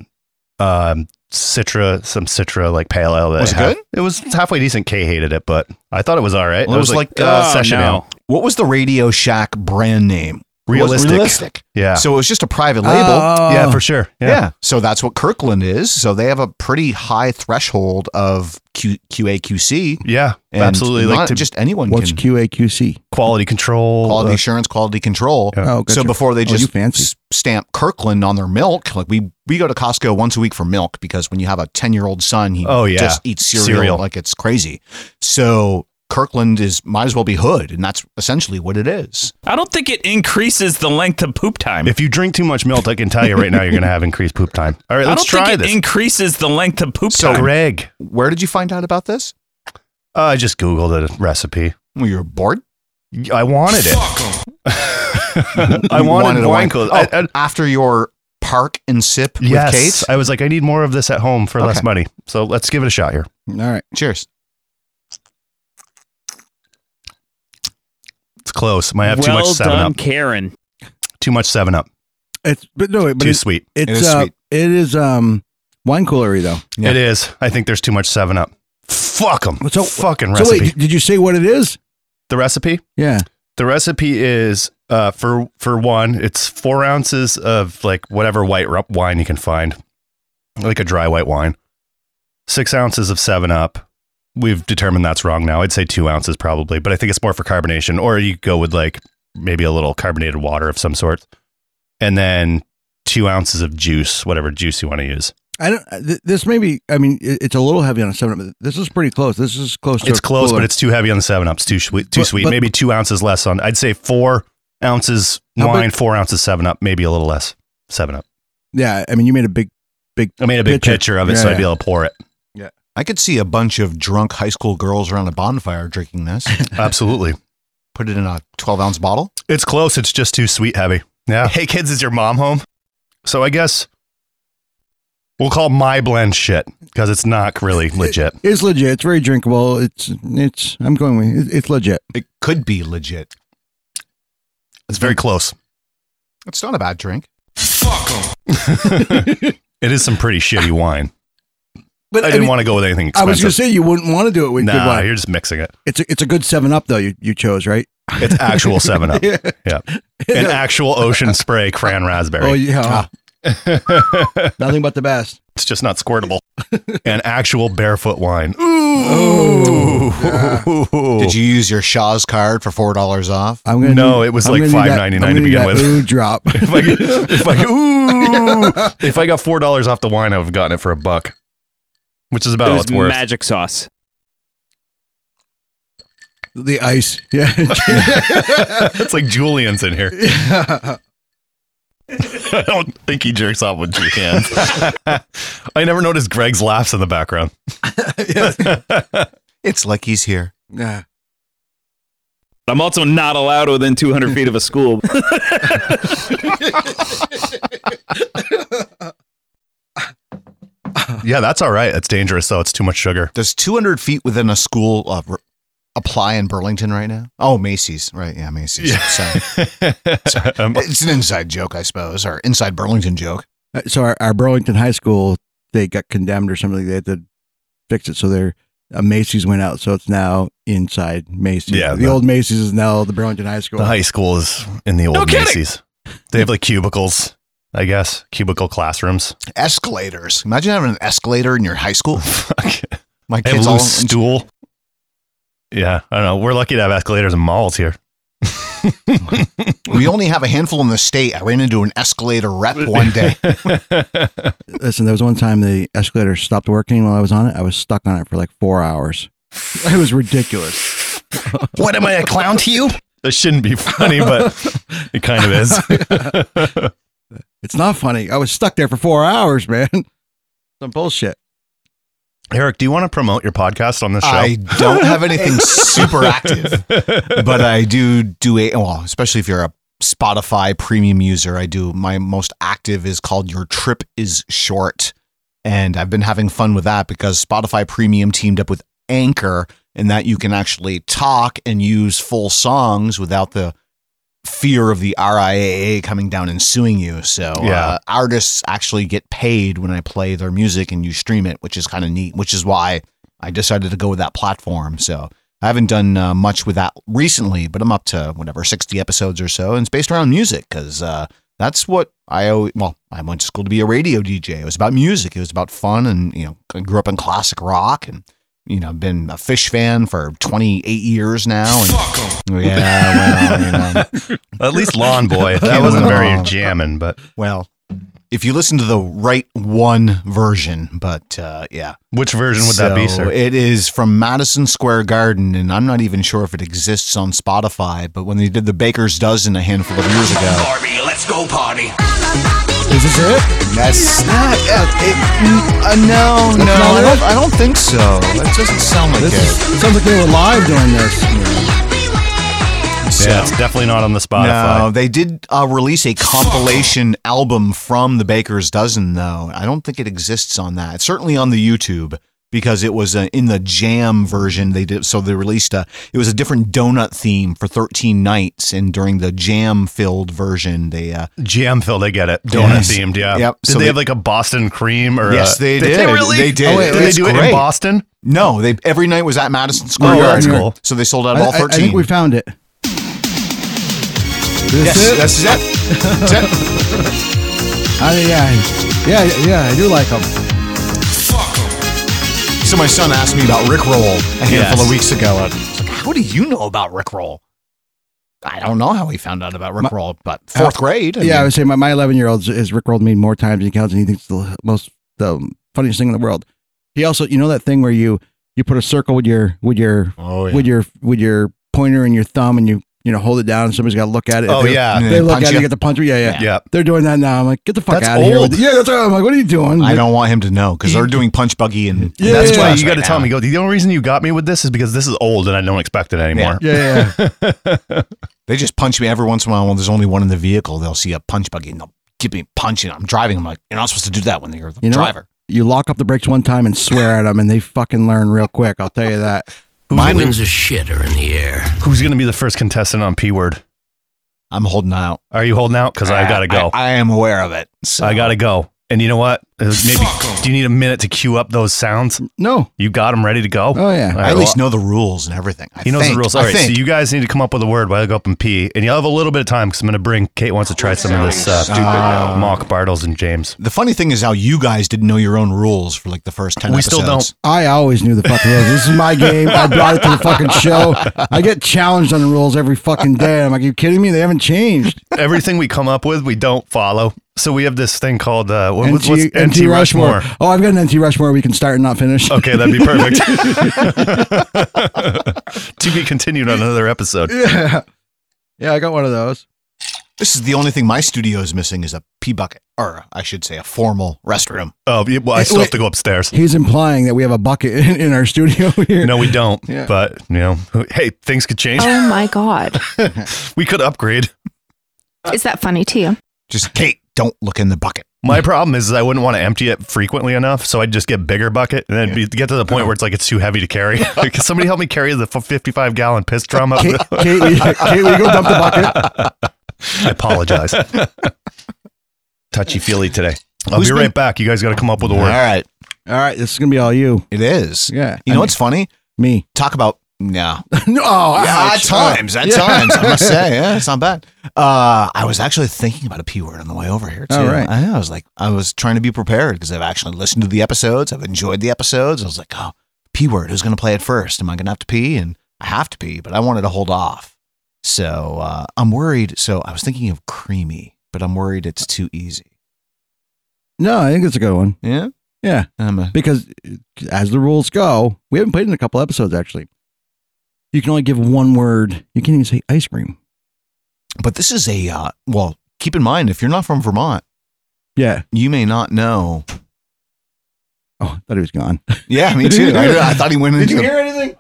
um Citra, some Citra like pale ale. That
Was
I
it
had.
good?
It was halfway decent. Kay hated it, but I thought it was all right.
Well,
it was, like, uh, session
no.
ale,
what was the Radio Shack brand name? It was
realistic. Oh,
realistic.
Yeah,
So it was just a private label.
Oh. uh,
yeah, for sure.
yeah.
Yeah.
So that's what Kirkland is. So they have a pretty high threshold of Q- QAQC.
Yeah,
And
absolutely.
Not
Like to
just anyone
What's
can
QAQC?
quality control.
quality
uh,
assurance, quality control.
Yeah.
Oh,
So
gotcha.
before they
Oh, you
just
fancy.
s- stamp Kirkland on their milk, like we we go to Costco once a week for milk because when you have a ten year old son, he
Oh, yeah.
just eats cereal,
Cereal.
like it's crazy. So Kirkland is might as well be hood, and that's essentially what it is.
I don't think it increases the length of poop time.
if you drink too much milk, I can tell you right now, you're going to have increased poop time. All right,
I
let's
don't
try
think it
this.
increases the length of poop
So-
time.
Greg,
Where did you find out about this?
Uh, I just Googled a recipe.
Well, you were bored.
I wanted it.
Fuck 'em.
I
You
wanted,
a
wine coolers.
Oh,
I, I,
after your park and sip
yes,
with Kate.
I was like, I need more of this at home for less
Okay.
money. So let's give it a shot here.
All right.
Cheers.
It's close. Might have too
well
much Seven
done,
Up.
Karen.
Too much Seven Up.
It's but no, but
too
it's
sweet.
it's
It is
uh,
sweet.
it is um wine coolery though.
Yeah.
It is. I think there's too much Seven Up. Fuck them.
So-
Fucking
So
recipe.
wait, d- did you say what it is?
the recipe.
Yeah.
The recipe is uh, for for one, it's four ounces of like whatever white ru- wine you can find, like a dry white wine. Six ounces of Seven Up. We've determined that's wrong now. I'd say two ounces probably, but I think it's more for carbonation. Or you go with like maybe a little carbonated water of some sort, and then two ounces of juice, whatever juice you want to use.
I don't. uh, Th- this may be. I mean, it, it's a little heavy on a seven, but this is pretty close. This is close. To
It's
a
close,
cooler.
but it's too heavy on the Seven Up. It's too sweet. Too
But-
sweet.
but-
maybe two ounces less on. I'd say four ounces
How big-
wine, four ounces Seven Up, maybe a little less Seven Up.
yeah. I mean, you made a big.
I made a big
Picture.
picture, of it, so
Yeah,
I'd be able to pour it.
I could see a bunch of drunk high school girls around a bonfire drinking this.
Absolutely,
Put it in a twelve ounce bottle.
it's close. It's just too sweet heavy. Yeah. Hey kids, is your mom home? So I guess we'll call my blend shit because it's not really legit.
It's legit. It's very drinkable. It's it's. I'm going with. It, it's legit.
It could be legit.
It's very close.
It's not a bad drink.
Fuck 'em.
It is some pretty shitty wine.
But
I didn't want to go with anything
I was
expensive.
gonna say you wouldn't want to do it with good
nah,
wine.
you're just mixing it.
It's a, it's a good seven up though. You you chose right.
It's actual Seven Up,
Yeah.
an actual Ocean Spray Cran
Oh
Raspberry.
yeah.
Ah.
Nothing but the best.
It's just not squirtable. An actual barefoot wine.
Oh. yeah.
Did you use your Shaw's card for four dollars off?
I'm gonna.
No,
do-
it was
I'm
like
gonna do that-
$5.99
I'm
to
gonna do
begin
that
with.
Ooh, drop.
if I if I ooh, if I got four dollars off the wine, I would have gotten it for a buck, which is about
it
all
was
Oh, it's worth.
magic sauce.
the ice. Yeah.
it's like Julian's in here. I don't think he jerks off with Julian's. I never noticed Greg's laughs in the background.
It's like he's here.
yeah.
I'm also not allowed within 200 feet of a school.
Yeah, that's all right. It's dangerous though. It's too much sugar.
Does 200 feet within a school uh, r- apply in Burlington right now? Oh, Macy's, right? Yeah, Macy's.
Yeah.
Sorry.
Um,
It's an inside joke, I suppose, or inside Burlington joke.
Uh, So our, our Burlington High School, they got condemned or something. They had to fix it. So their uh, Macy's went out. So it's now inside Macy's.
Yeah,
The
the-
old Macy's is now the Burlington High School.
the high school is in the old
kidding.
Macy's. They have like cubicles, I guess, cubicle classrooms.
Escalators. Imagine having an escalator in your high school. My
They have
kids all
loose stool. Yeah, I don't know. We're lucky to have escalators and malls here.
We only have a handful in the state. I ran into an escalator rep one day.
Listen, there was one time the escalator stopped working while I was on it. I was stuck on it for like four hours. It was ridiculous.
What am I, a clown to you? That shouldn't be funny, but it kind of is.
It's not funny. I was stuck there for four hours, man. Some bullshit.
Eric, do you want to promote your podcast on this show?
I don't have anything super active, but I do do a well, especially if you're a Spotify premium user. I do my most active is called Your Trip Is Short, and I've been having fun with that because Spotify Premium teamed up with Anchor, and that you can actually talk and use full songs without the fear of the RIAA coming down and suing you. So
Yeah.
uh, artists actually get paid when I play their music and you stream it, which is kind of neat. Which is why I decided to go with that platform. So I haven't done uh, much with that recently, but I'm up to whatever 60 episodes or so, and it's based around music because uh, that's what I always, well, I went to school to be a radio DJ. It was about music. It was about fun, and you know, I grew up in classic rock and. You know, been a fish fan for 28 years now.
Fuck 'em.
And yeah, well, you know,
At least Lawn Boy. That
Can't
wasn't
win
very
all.
jamming, but
Well, if you listen to the right one version, but uh, yeah,
which version would that be,
So
sir?
It is from Madison Square Garden, and I'm not even sure if it exists on Spotify. But when they did the Baker's Dozen a handful of years ago,
Barbie, let's go party.
is this it? That's
Ah,
not it. Uh, no, no, I don't, I don't think so. That doesn't sound like it.
It sounds like they were live doing this.
yeah, it's definitely not on the
No,
Spotify.
they did uh, release a compilation album from the Baker's Dozen, though. I don't think it exists on that. It's certainly on the YouTube because it was uh, in the jam version. They did so they released a it was a different donut theme for 13 nights, and during the jam filled version, they uh,
Jam filled, I get it. Donut
Yes.
themed, yeah.
Yep.
Did
So
they,
they-
have like a Boston cream or
Yes,
a-
they
They
did.
really?
They did.
Oh, wait, did they
That's
do it in
great.
Boston?
no, they every night was at Madison Square
Oh,
Garden,
that's cool.
so they sold out
I,
all
I- I
13.
think we found it. This
yes,
it?
that's it. That's it.
I, yeah, yeah, yeah. I do like them.
Fuck 'em.
So my son asked me about Rickroll a handful
Yes.
of weeks ago. And I was like, how do you know about Rickroll? I don't know how he found out about Rickroll, but fourth grade. I
Uh, yeah, I
mean,
would say my, my 11 year old has rickrolled me more times than he counts, and he thinks it's the most the funniest thing in the world. He also, you know, that thing where you you put a circle with your with your
oh yeah.
with your with your pointer and your thumb, and you you know hold it down, and somebody's got to look at it. If
Oh,
they-
yeah.
if
They
they look
punch
at it,
you.
you get the punch. Yeah, yeah,
Yeah. Yeah.
They're doing that now. I'm like, get the fuck
That's
out of here! with
old.
it. Yeah, that's right. I'm like, what are you doing?
I don't want him to know because they're doing Punch Buggy and
Yeah,
That's
yeah,
why
yeah.
you got to
right
tell
now.
me. Go. The only reason you got me with this is because this is old and I don't expect it anymore.
Yeah, yeah, yeah.
They just punch me every once in a while when there's only one in the vehicle. They'll see a Punch Buggy and they'll give me a punch and I'm driving. I'm like, you're not supposed to do that when you're the
You know what?
driver.
you lock up the brakes one time and swear at them, and they fucking learn real quick. I'll tell you that.
Demons of shit are in the air.
Who's going to be the first contestant on P Word?
I'm holding out
Are you holding out? Because I got to go. I,
I, I am aware of it. So
got to go. And you know what? Uh, Maybe
Fuck 'em.
do you need a minute to queue up those sounds?
No.
You got them ready to go.
Oh yeah.
All right,
I at
well,
least know the rules and everything. I
He knows
think.
the rules.
I
All right, so
think.
you guys need to come up with a word while I go up and pee, and you'll have a little bit of time because I'm going to bring Kate wants to try some of this uh, uh, mock Bartles and James.
the funny thing is how you guys didn't know your own rules for like the first ten.
We
episodes.
still
I always knew the fucking rules. This is my game. I brought it to the fucking show. I get challenged on the rules every fucking day. I'm like, you kidding me? They haven't changed.
Everything we come up with, we don't follow. So we have this thing called uh, what, what's, what's
NT Oh, I've got an NT Rushmore we can start and not finish.
Okay, that'd be perfect. to be continued on another episode.
Yeah. Yeah, I got one of those.
This is the only thing my studio is missing is a pee bucket, or I should say, a formal restroom.
Oh, yeah, well, I still have to go upstairs.
He's implying that we have a bucket in, in our studio here.
No, we don't.
Yeah. Uh,
But you know, hey, things could change.
Oh my God.
We could upgrade.
Is that funny to you?
Just Kate, don't look in the bucket.
My problem is, is I wouldn't want to empty it frequently enough, so I'd just get bigger bucket, and then it'd be, get to the point where it's like it's too heavy to carry. Like, Can somebody help me carry the fifty-five gallon piss drum up?
Kate, Kate, will you- Kate, will you go dump the bucket?
I apologize. Touchy feely today. I'll
Who's
be
been-
right back. You guys got to come up with a
All
word.
right,
All right, this is going to be all you.
it is.
Yeah.
You know what's funny?
Me.
Talk about no.
no.
Yeah, at
ouch.
times, at
Yeah.
times. I must say, yeah, it's not bad. Uh, I was actually thinking about a p word on the way over here too.
All right.
I, know, I was like, I was trying to be prepared because I've actually listened to the episodes. I've enjoyed the episodes. I was like, oh, P word. Who's going to play it first? Am I going to have to pee? And I have to pee, but I wanted to hold off. So uh, I'm worried. So I was thinking of creamy, but I'm worried it's too easy.
No, I think it's a good one.
Yeah.
Yeah,
I'm a,
because as the rules go, we haven't played in a couple episodes actually. You can only give one word. You can't even say ice cream.
but this is a, uh, well, keep in mind, if you're not from Vermont,
Yeah.
you may not know.
Oh, I thought he was gone.
Yeah, me too. I, I thought he went into the-
anything?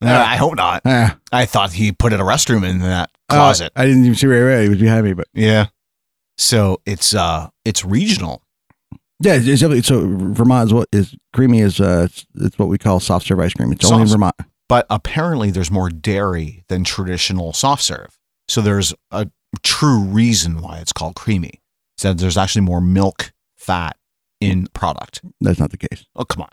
No, Uh, I hope not.
Ah,
I thought he put in a restroom in that
oh,
closet.
I didn't even see right away. He was behind me, but
Uh, yeah. So it's uh it's regional.
yeah, it's, it's definitely- so Vermont is what is creamy is uh it's, it's what we call soft serve ice cream. It's only in
Soft-
Vermont.
but apparently there's more dairy than traditional soft serve. So there's a true reason why it's called creamy. So there's actually more milk fat in product.
That's not the case.
Oh come on,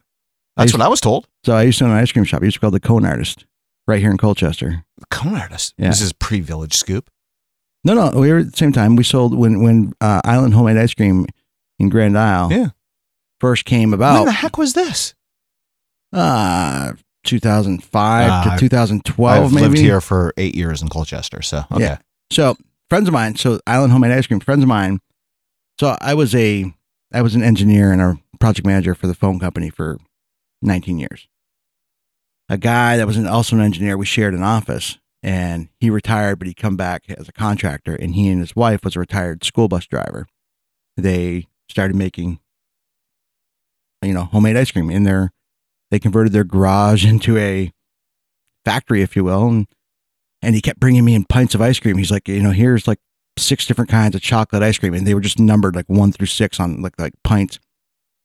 that's what I was told.
So I used to own an ice cream shop. I used to call the cone artist right here in Colchester.
Cone artist.
Yeah.
This is pre Village Scoop.
No, no, we were at the same time. We sold when when uh, Island Homemade Ice Cream in Grand Isle
Yeah.
first came
When the
about,
heck was this?
uh, 2005
Ah, I've-
to 2012,
I've
maybe.
lived here for eight years in Colchester. So okay.
Yeah. So friends of mine, so Island Homemade Ice Cream, friends of mine. So I was a I was an engineer and a project manager for the phone company for 19 years. A guy that was an, also an engineer, we shared an office and he retired, but he come back as a contractor and he and his wife was a retired school bus driver. They started making, you know, homemade ice cream in their, they converted their garage into a factory, if you will. And and he kept bringing me in pints of ice cream. He's like, you know, here's like six different kinds of chocolate ice cream, and they were just numbered like one through six on like like pints.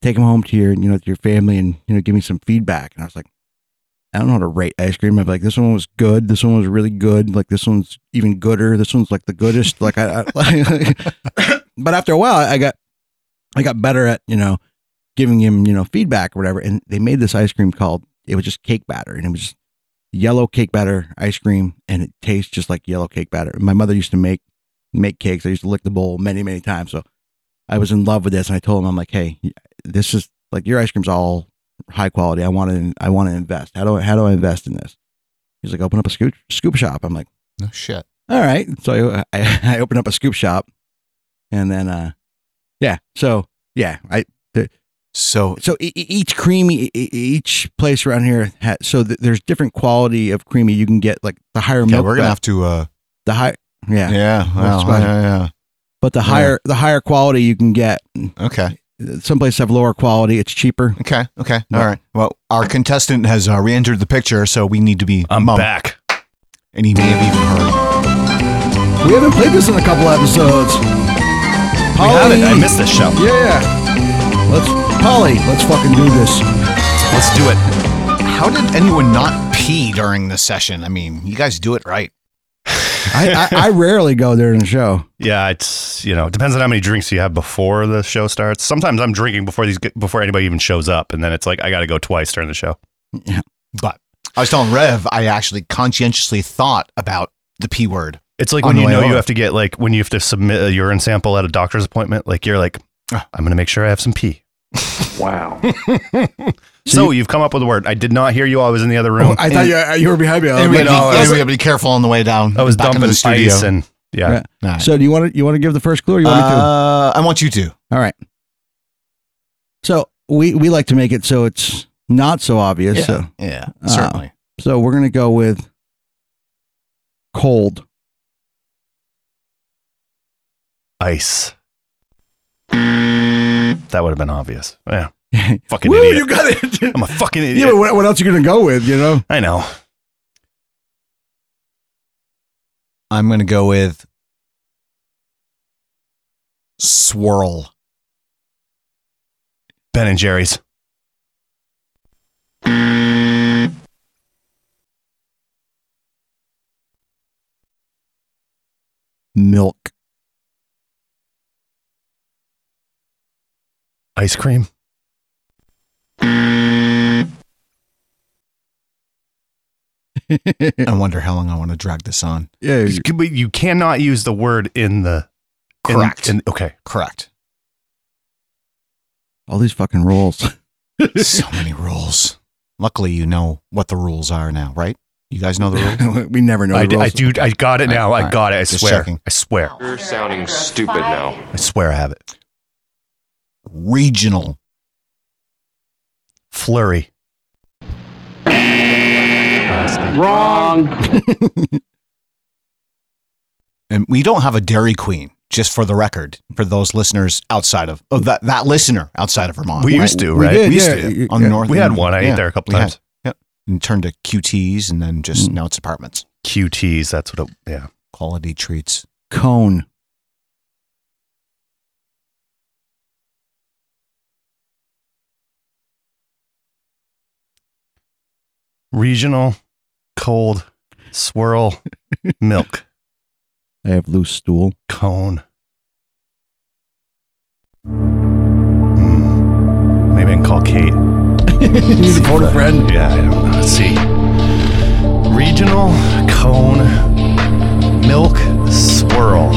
Take them home to your you know to your family, and you know give me some feedback. And I was like, I don't know how to rate ice cream. I'm like, this one was good. This one was really good. Like this one's even gooder. This one's like the goodest. Like I, I but after a while, I got I got better at you know giving him you know feedback or whatever. And they made this ice cream called it was just cake batter, and it was just yellow cake batter ice cream and it tastes just like yellow cake batter. My mother used to make make cakes. I used to lick the bowl many, many times. So I was in love with this and I told him I'm like, "Hey, this is like your ice cream's all high quality. I want to I want to invest. How do I how do I invest in this?" He's like, "Open up a scoop scoop shop." I'm like,
No shit.
all right. So I, I, I opened up a scoop shop and then, uh, yeah. So, yeah, I,
So
so e- e- each creamy, e- e- each place around here, ha so th- there's different quality of creamy. You can get like the higher
yeah,
milk,
we're gonna
fat,
have to. uh
the high, yeah,
Yeah. well,
fine.
yeah.
but the higher, the higher quality you can get.
yeah. Okay.
Some places have lower quality. It's cheaper.
Okay. Okay.
No.
All right. Well, our contestant has uh, re-entered the picture, so we need to be
I'm
mum.
back.
and he may have even heard.
We haven't played this in a couple episodes.
We
Polly,
haven't. I missed this show.
Yeah. Let's, Polly, let's fucking do this.
Let's do it.
How did anyone not pee during this session? I mean, you guys do it right.
I, I, I rarely go during the show.
Yeah, it's you know it depends on how many drinks you have before the show starts. Sometimes I'm drinking before these get- before anybody even shows up, and then it's like I got to go twice during the show.
But I was telling Rev, I actually conscientiously thought about the p word.
It's like
On
when
the
you
way
know you
over.
have to get like when you have to submit a urine sample at a doctor's appointment. Like you're like, "Ah, I'm gonna make sure I have some pee. Wow. so you've come up with a word. I did not hear you. I was in the other room.
Oh, I thought you, you were behind me. I was
And we
like,
no,
oh,
had to be,
I-
and we had to be careful on the way down.
I was
back
dumping
into the studio.
ice and yeah.
Right.
All right.
So do you want to you want to give the first clue or you want me
Uh, I want you to.
to? All right. So we we like to make it so it's not so obvious. So
Yeah.
Uh,
certainly.
so we're gonna go with cold.
Ice. That would have been obvious. Yeah. Fucking
Woo,
idiot.
you got it.
I'm a fucking idiot.
yeah, but what, what else are you gonna go with? You know,
I know.
I'm going to go with swirl.
Ben and Jerry's.
milk.
Ice cream.
I wonder how long I want to drag this on.
Yeah,
You, can- but you cannot use the word in the in-
Correct.
in- okay.
Correct.
all these fucking rules.
so many rules. Luckily, you know what the rules are now, right? You guys know the rules.
we never know.
I,
the
d- I
rules.
do. I got it now. I
Alright,
got it. I
just
swear.
checking.
I swear.
You're sounding stupid now.
I swear I have it.
Regional.
Flurry.
And we don't have a Dairy Queen, just for the record, for those listeners outside of oh, that, that listener outside of Vermont.
We
right?
used to,
we
right?
did.
We used
Yeah,
to
yeah,
on the
yeah.
north.
We had
end.
one. I
Yeah,
ate there a couple
we had-
times.
and turned to QTs, and then just
Mm.
now it's apartments.
QTs. That's what. It, yeah.
Quality treats.
cone.
Regional, cold, swirl, milk,
I have loose stool.
cone. Hmm. Maybe I can call Kate.
You need to phone a friend.
Yeah, I don't know. Let's see. Regional cone milk swirl.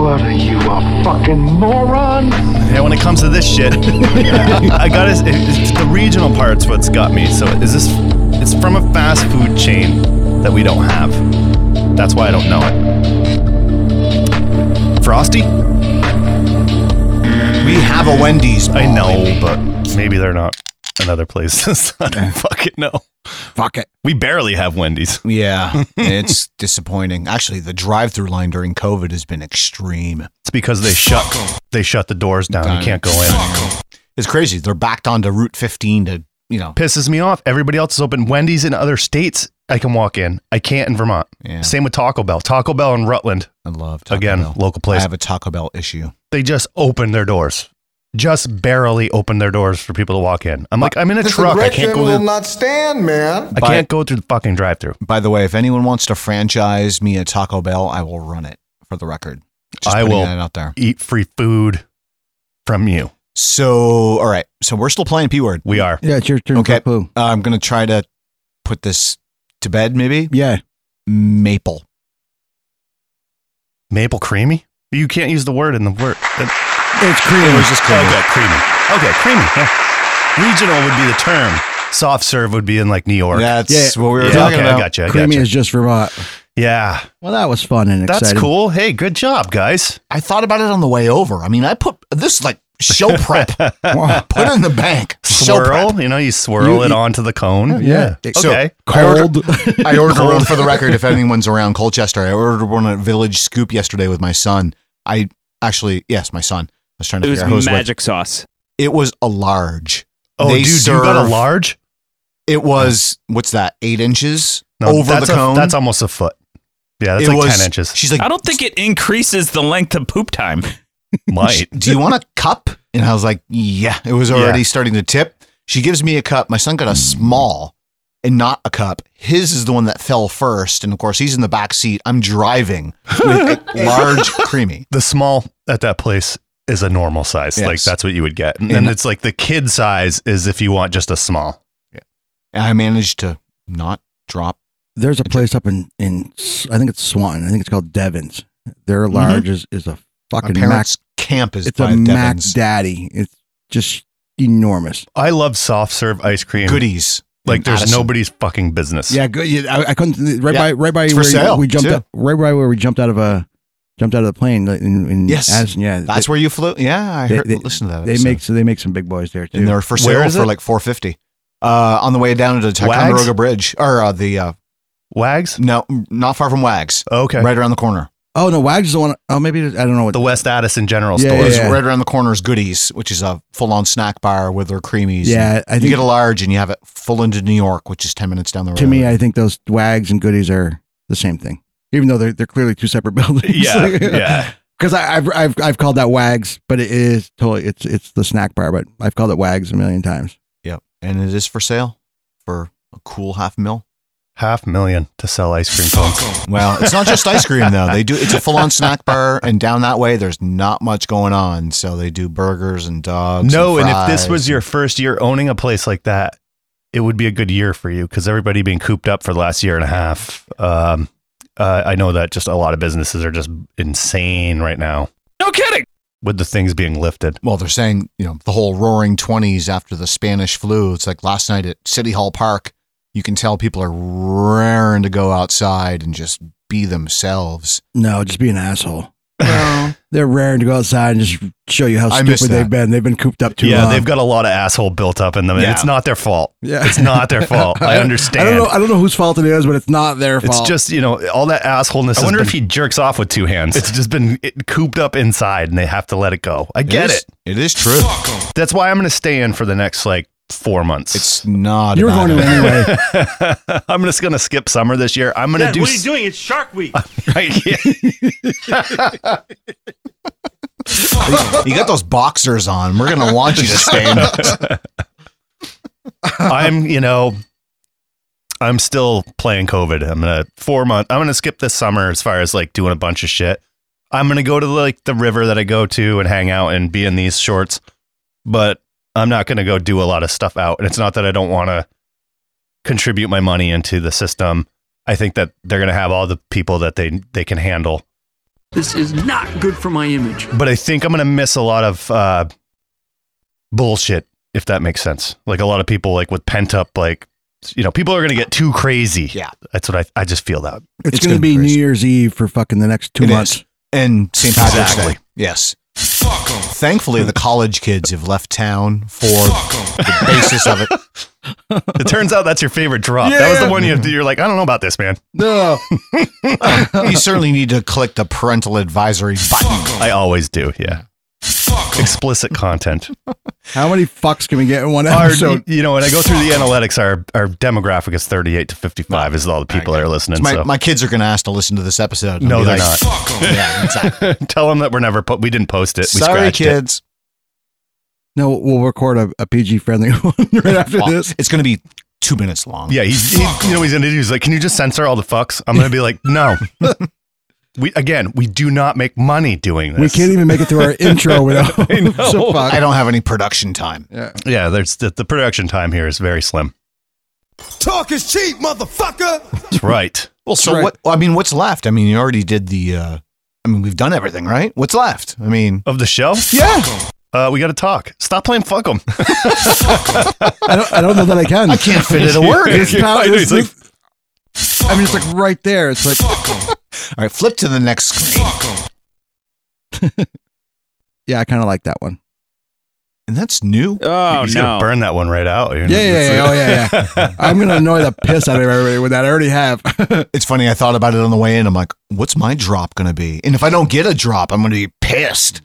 What are you, a fucking moron?
Yeah, when it comes to this shit, I got it, it's the regional part's what's got me. So is this? It's from a fast food chain that we don't have. That's why I don't know it. Frosty?
We have a Wendy's.
I
Paul.
know, but maybe they're not another places. I don't fucking know.
Fuck it.
We barely have Wendy's.
Yeah, it's disappointing. Actually, the drive-through line during COVID has been extreme.
It's because they shut they shut the doors down.
Done.
You can't go in.
It's crazy. They're backed onto Route 15 to you know.
pisses me off. Everybody else is open. Wendy's in other states, I can walk in. I can't in Vermont.
Yeah,
Same with Taco Bell. Taco Bell in Rutland,
I love Taco
again,
Bell.
local
I
place.
have a Taco Bell issue.
They just open their doors, just barely open their doors for people to walk in. I'm like, I'm in a truck. I can't go. Through,
not stand, man.
I can't go through the fucking drive-through.
By the way, if anyone wants to franchise me a Taco Bell, I will run it for the record. Just
I
putting
will.
that out there.
Eat free food from you.
So, all right. So we're still playing P word.
We are.
Yeah, it's your turn.
Okay.
Poo.
Uh, I'm gonna try to put this to bed. Maybe
Yeah.
maple.
Maple creamy. You can't use the word in the word. that-
It's
It
creamy.
was just creamy. Okay, creamy. Okay, creamy. yeah. Regional would be the term. Soft serve would be in like New York.
That's
Yeah.
what we were
Yeah,
talking
okay,
about.
I got you. I got
Creamy
you.
is just Vermont.
Yeah.
Well, that was fun and
That's
exciting.
cool. Hey, good job, guys.
I thought about it on the way over. I mean, I put this is like show prep.
Wow.
put it in the bank. Show prep.
Swirl, you know, you swirl
You-
it
you-
onto the cone.
Yeah.
Okay.
Cold.
I ordered one for the record. If anyone's around Colchester, I ordered one at Village Scoop yesterday with my son. I actually, yes, my son. I was trying to
It was
figure out who it was with.
magic sauce.
It was a large.
oh,
They
dude, you got a
serve
large?
It was what's that? Eight inches over
that's
the
a-
cone.
that's almost a foot. Yeah, that's
It
like
was-
10 inches.
She's like,
I don't think it increases the length of poop time.
Might.
do you want a cup? And I was like, yeah, it was already starting to tip. She gives me a cup. My son got a small and not a cup. His is the one that fell first. And of course, he's in the back seat. I'm driving with a large creamy.
The small at that place is a normal size.
Yes.
Like, that's what you would get. And then
And-
it's like the kid size is if you want just a small.
And I managed to not drop.
There's a place up in, in, S- I think it's Swanton. I think it's called Devon's. Their large is, is a
My
fucking Mac.
parents' camp is
It's
by
a Mac
Devon's
Daddy. It's just enormous.
I love soft serve ice cream.
goodies.
Like,
in
there's
Addison.
nobody's fucking business.
Yeah, good. Yeah, I, I couldn't right
Yeah.
by right by
It's for
where
sale,
we jumped
too.
out, right by where we jumped out of a jumped out of the plane like, in, in
Yes.
Addison. Yeah,
That's where you flew. Yeah, I
They-
heard.
they-
listen to
they,
that.
they
episode.
make so they make some big boys there too.
and they're for
Where
sale
is
for
it?
like four fifty. Uh, on the way down to Ticonderoga Bridge or uh, the uh,
Wags?
no, mm, not far from Wags,
Okay.
right around the corner.
oh no, Wags is the one. Oh, maybe it is- I don't know what.
The West Addison General
Yeah,
Store.
It's right around the corner is Goodies, which is a full-on snack bar with their creamies.
yeah, I
And you
think
get a large and you have it full into New York, which is ten minutes down the road.
to me, I think those Wags and Goodies are the same thing, even though they're they're clearly two separate buildings.
Yeah. yeah.
Because I've I've I've called that Wags, but it is totally it's it's the snack bar, but I've called it Wags a million times.
yep, and it is for sale for a cool half mil.
Half million to sell ice cream cones.
Well, it's not just ice cream though. They do it's a full-on snack bar, and down that way, there's not much going on. So they do burgers and dogs.
No, and if
fries
this was
and-
your first year owning a place like that, it would be a good year for you because everybody being cooped up for the last year and a half. Um, uh, I know that just a lot of businesses are just insane right now.
No kidding.
with the things being lifted.
Well, they're saying, you know, the whole roaring 20s after the Spanish flu. It's like last night at City Hall Park, you can tell people are raring to go outside and just be themselves.
No, just be an asshole. They're raring to go outside and just show you how
I miss
stupid
that.
they've been. They've been cooped up too
yeah,
long.
they've got a lot of asshole built up in them. and
Yeah.
It's not their fault.
Yeah.
It's not their fault. I understand.
I don't know. I don't know whose fault it is, but it's not their fault.
It's just, you know, all that assholeness.
I
has
wonder
been-
if he jerks off with two hands.
It's just been it, cooped up inside and they have to let it go. I get
is-
it.
It is true.
Fuck 'em.
That's why I'm going to stay in for the next like four months.
It's not.
you were
about
going to
it.
anyway.
I'm just going to skip summer this year. I'm going to do. s-
doing? It's Shark Week.
You got those boxers on. We're going to want you to stay.
I'm, you know, I'm still playing COVID. I'm going to four month. I'm going to skip this summer as far as like doing a bunch of shit. I'm going to go to like the river that I go to and hang out and be in these shorts, but I'm not going to go do a lot of stuff out. And it's not that I don't want to contribute my money into the system. I think that they're going to have all the people that they they can handle.
This is not good for my image.
But I think I'm going to miss a lot of uh, bullshit, if that makes sense. Like a lot of people, like with pent up, like you know, people are going to get too crazy.
Yeah.
that's what I I just feel that.
It's,
It's
going
gonna
to be
be
New
crazy.
Year's Eve for fucking the next two
It
months.
is. And St. Patrick's
Exactly.
Day. Yes.
Fuck 'em.
Thankfully, the college kids have left town for
Fuck 'em.
the basis of it.
It turns out that's your favorite drop. That was the one you you're like, I don't know about this, man.
No,
You certainly need to click the parental advisory button.
Fuck 'em.
I always do. Yeah,
Fuck 'em.
explicit content.
how many fucks can we get in one
Our,
episode?
you know, when I go through the analytics, our our demographic is 38 to 55 is all the people that are listening.
My,
so
my kids are going to ask to listen to this episode. and
No,
be
they're
like,
not.
Fuck 'em.
Yeah, exactly.
tell them that we're never po- we didn't post it. We
Sorry,
scratched it.
kids.
No, we'll record a, a PG friendly one right after
Well,
this.
It's going to be two minutes long.
Yeah, he's he, you know what he's gonna do. He's like, can you just censor all the fucks? I'm gonna be like, no. we again, we do not make money doing this.
We can't even make it through our intro without. so fuck.
I don't have any production time.
e-
Yeah, there's the, the production time here is very slim.
Talk is cheap, motherfucker.
That's right.
Well, so
right.
what? well, I mean, what's left? I mean, you already did the. uh I mean, we've done everything, right? What's left? I mean,
Of the show,
yeah.
uh, we got to talk. Stop playing fuck them.
I don't. I don't know that I can. I
Can't fit in a word.
It's not, it's,
He's like-
I mean, it's like right there. It's like
Fuck 'em.
All right, flip to the next screen,
Fuck 'em.
yeah, I kind of like that one.
and that's new.
Oh
he's
no!
gonna burn that one right out. you know?
Yeah, yeah, yeah, oh yeah, yeah. I'm gonna annoy the piss out of everybody with that. I already have.
It's funny. I thought about it on the way in. I'm like, what's my drop going to be? And if I don't get a drop, I'm going to be pissed.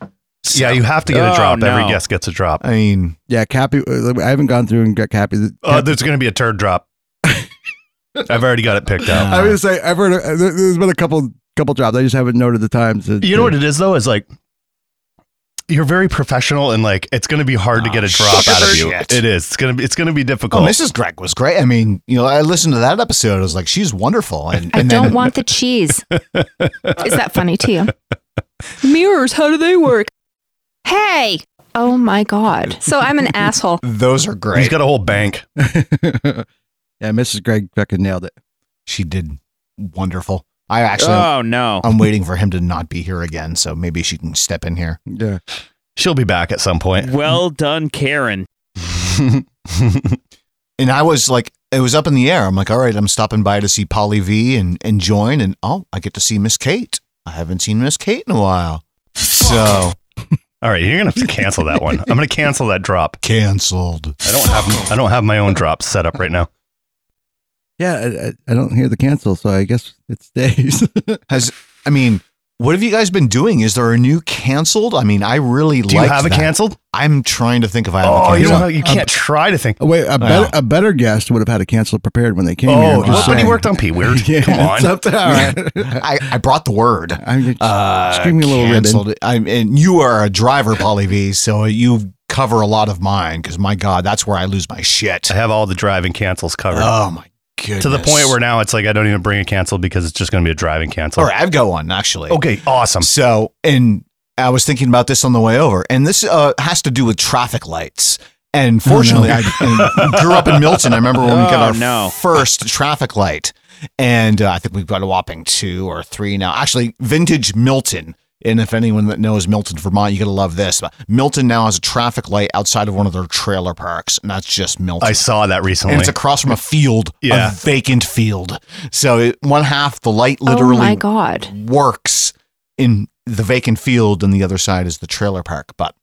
Yeah, you have to get
Oh,
a drop.
no.
Every guest gets a drop.
I mean,
yeah, Cappy. uh, I haven't gone through and got Cappy.
Uh, there's gonna be a turd drop. I've already got it picked out.
I was gonna say I've heard uh, there- there's been a couple couple jobs. I just haven't noted the time. To,
You know what it is though is like you're very professional and like it's going to be hard to get a drop out of you.
Oh, shit.
It is. It's going to be. It's going to be difficult.
oh, Mrs. Greg was great. I mean, you know, I listened to that episode. I was like, she's wonderful. And,
I
and
don't
then,
want the cheese. Is that funny to you? Mirrors, how do they work? Hey! Oh my god. So I'm an asshole.
Those are great.
He's got a whole bank.
yeah, Mrs. Greg fucking nailed it.
she did wonderful. I actually,
Ah.
Oh no!
I'm waiting for him to not be here again, so maybe she can step in here.
Yeah,
She'll be back at some point.
Well done, Karen.
And I was like, it was up in the air. I'm like, all right, I'm stopping by to see Polly V and and join, and oh, I get to see Miss Kate. I haven't seen Miss Kate in a while, so
All right, you're gonna have to cancel that one. I'm gonna cancel that drop.
canceled.
I don't have I don't have my own drops set up right now.
yeah. I- I, I don't hear the cancel, so I guess it stays.
Has I mean, what have you guys been doing? Is there a new canceled? I mean, I really
Do you
liked
have it
that.
canceled?
I'm trying to think if I have
Oh,
a
you
canceled.
don't. Have, you can't try to think.
Oh, Wait, a better, a better guest would have had a cancel prepared when they came here.
Oh,
I'm
well,
just
but he
saying.
worked on P Weird.
Yeah,
Come
it's
on.
up to- all right.
I, I brought the word.
I'm just
Uh,
screaming a little ribbon.
canceled. I and you are a driver, Polly V, so you cover a lot of mine because my God, that's where I lose my shit.
I have all the driving cancels covered
Oh my goodness.
to the point where now it's like I don't even bring a cancel because it's just gonna be a driving cancel.
all right, I've got one actually.
Okay. Awesome.
So, and I was thinking about this on the way over, and this uh, has to do with traffic lights. And fortunately, I and grew up in Milton. I remember when we got
Oh,
our
no.
first traffic light, and uh, I think we've got a whopping two or three now. Actually, vintage Milton And if anyone that knows Milton, Vermont, you gotta love this. But Milton now has a traffic light outside of one of their trailer parks, and that's just Milton.
I saw that recently.
and it's across from a field,
Yeah.
a vacant field. So it, one half the light
oh my
literally
god.
works in the vacant field, and the other side is the trailer park. But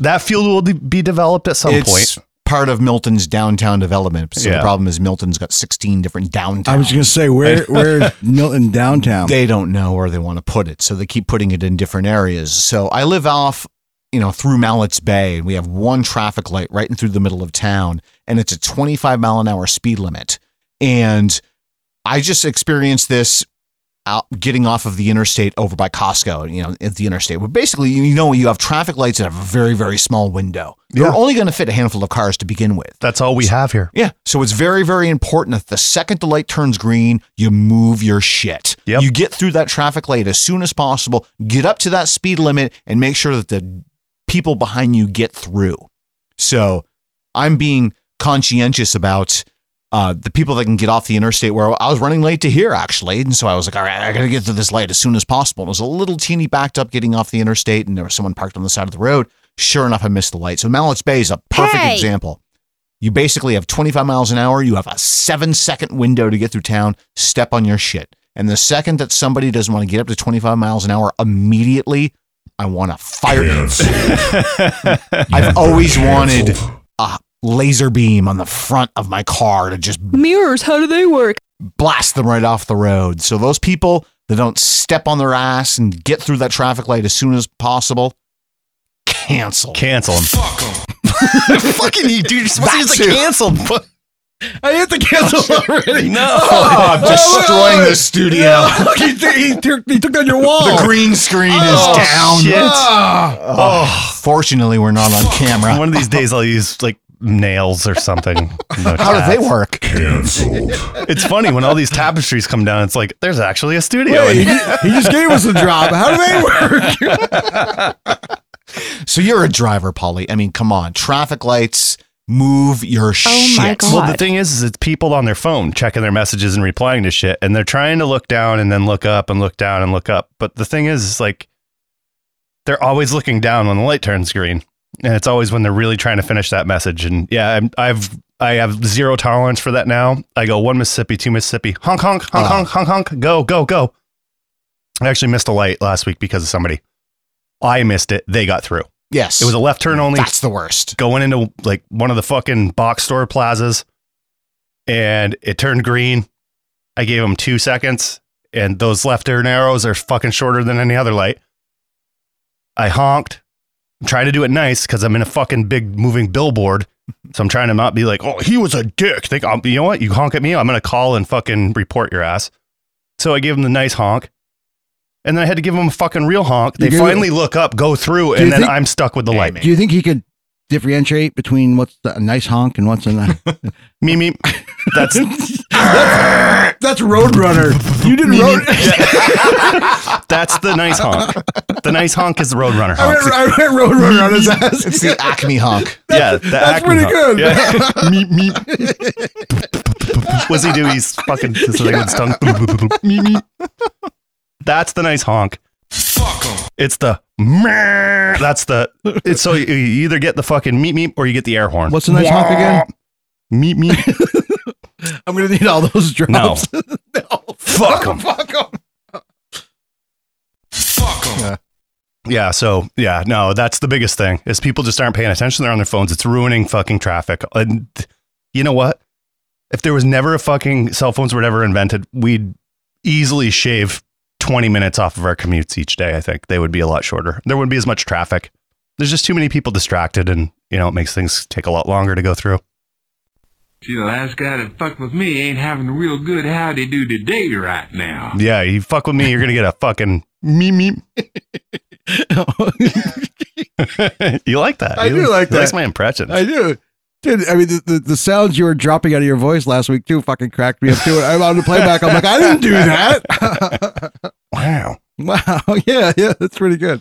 that field will de- be developed at some point.
it's part of Milton's downtown development. So
Yeah.
the problem is Milton's got 16 different downtowns.
I was going to say, where where's Milton downtown?
they don't know where they want to put it, so they keep putting it in different areas. So I live off, you know, through Mallett's Bay, and we have one traffic light right in through the middle of town, and it's a 25 mile an hour speed limit. And I just experienced this out getting off of the interstate over by Costco, you know, at the interstate. But basically, you know, you have traffic lights that have a very, very small window. You're only going to fit a handful of cars to begin with.
That's all we have here.
Yeah. So it's very, very important that the second the light turns green, you move your shit.
Yep.
You get through that traffic light as soon as possible, get up to that speed limit, and make sure that the people behind you get through. So I'm being conscientious about uh, the people that can get off the interstate where I was running late to here, actually. And so I was like, all right, I got to get to this light as soon as possible. And it was a little teeny backed up getting off the interstate, and there was someone parked on the side of the road. Sure enough, I missed the light. So Mallett's Bay is a perfect
Hey!
example. You basically have 25 miles an hour. You have a seven second window to get through town. Step on your shit. And the second that somebody doesn't want to get up to 25 miles an hour immediately, I want to fire. I've always wanted a laser beam on the front of my car to just
Mirrors, how do they work?
blast them right off the road. So those people that don't step on their ass and get through that traffic light as soon as possible, cancel.
Cancel them.
Fuck 'em.
Fucking you, dude. You're supposed
That
to
too.
cancel. Oh, I have to cancel already.
No.
Oh, I'm destroying the studio.
he, took, he took down your wall.
The green screen
Oh,
is down.
shit.
Oh, fortunately, we're not on camera.
One of these days, I'll use like nails or something.
How do they work?
It's funny when all these tapestries come down. It's like there's actually a studio.
Wait, he,
in here.
just- he just gave us a drop. How do they work?
So you're a driver, Polly. I mean, come on. Traffic lights, move your
Oh my
shit.
God.
Well, the thing is, is it's people on their phone checking their messages and replying to shit, and they're trying to look down and then look up and look down and look up. But the thing is, is like they're always looking down when the light turns green, and it's always when they're really trying to finish that message. And yeah, I'm, I've I have zero tolerance for that now. I go one Mississippi, two Mississippi, honk honk honk honk honk honk, go go go. I actually missed a light last week because of somebody. I missed it. They got through.
Yes.
It was a left turn only
That's the worst.
going into like one of the fucking box store plazas and it turned green. I gave him two seconds, and those left turn arrows are fucking shorter than any other light. I honked. I'm trying to do it nice because I'm in a fucking big moving billboard. So I'm trying to not be like, oh, he was a dick. Think, I'll, you know what? You honk at me, I'm going to call and fucking report your ass. So I gave him the nice honk. And then I had to give him a fucking real honk. They
You gave-
finally look up, go through,
you
and then
think-
I'm stuck with the light.
Do you think he could differentiate between what's the, a nice honk and what's a ni-
Me, me. That's
That's Roadrunner. You did Road.
that's the nice honk. The nice honk is the Roadrunner
I went,
honk.
I went Roadrunner on his ass.
It's the acme honk.
yeah, the
that's
acme
pretty good.
Yeah. meep meep. What's he do? He's fucking just like with his tongue. Boop, boop, boop, boop. Meep, meep. That's the nice honk.
Fuck 'em.
It's the. meh. That's the. It's so you you either get the fucking meep meep or you get the air horn.
What's a nice honk again?
Meep meep.
I'm gonna need all those
No.
drops.
Fuck him.
Fuck 'em.
Yeah. So yeah, no, that's the biggest thing is people just aren't paying attention. They're on their phones. It's ruining fucking traffic. And you know what? If there was never a fucking cell phones were never invented, we'd easily shave 20 minutes off of our commutes each day. I think they would be a lot shorter. There wouldn't be as much traffic. There's just too many people distracted and you know, it makes things take a lot longer to go through.
See, the last guy that fucked with me ain't having a real good howdy do today right now.
Yeah. You fuck with me. You're going to get a fucking me, me. you like that?
I
You-
do like
That's
that.
my impression.
I do. Dude, I mean, the, the, the sounds you were dropping out of your voice last week too fucking cracked me up too. I'm on the playback. I'm like, I didn't do that.
wow.
wow. Yeah. Yeah. That's pretty good.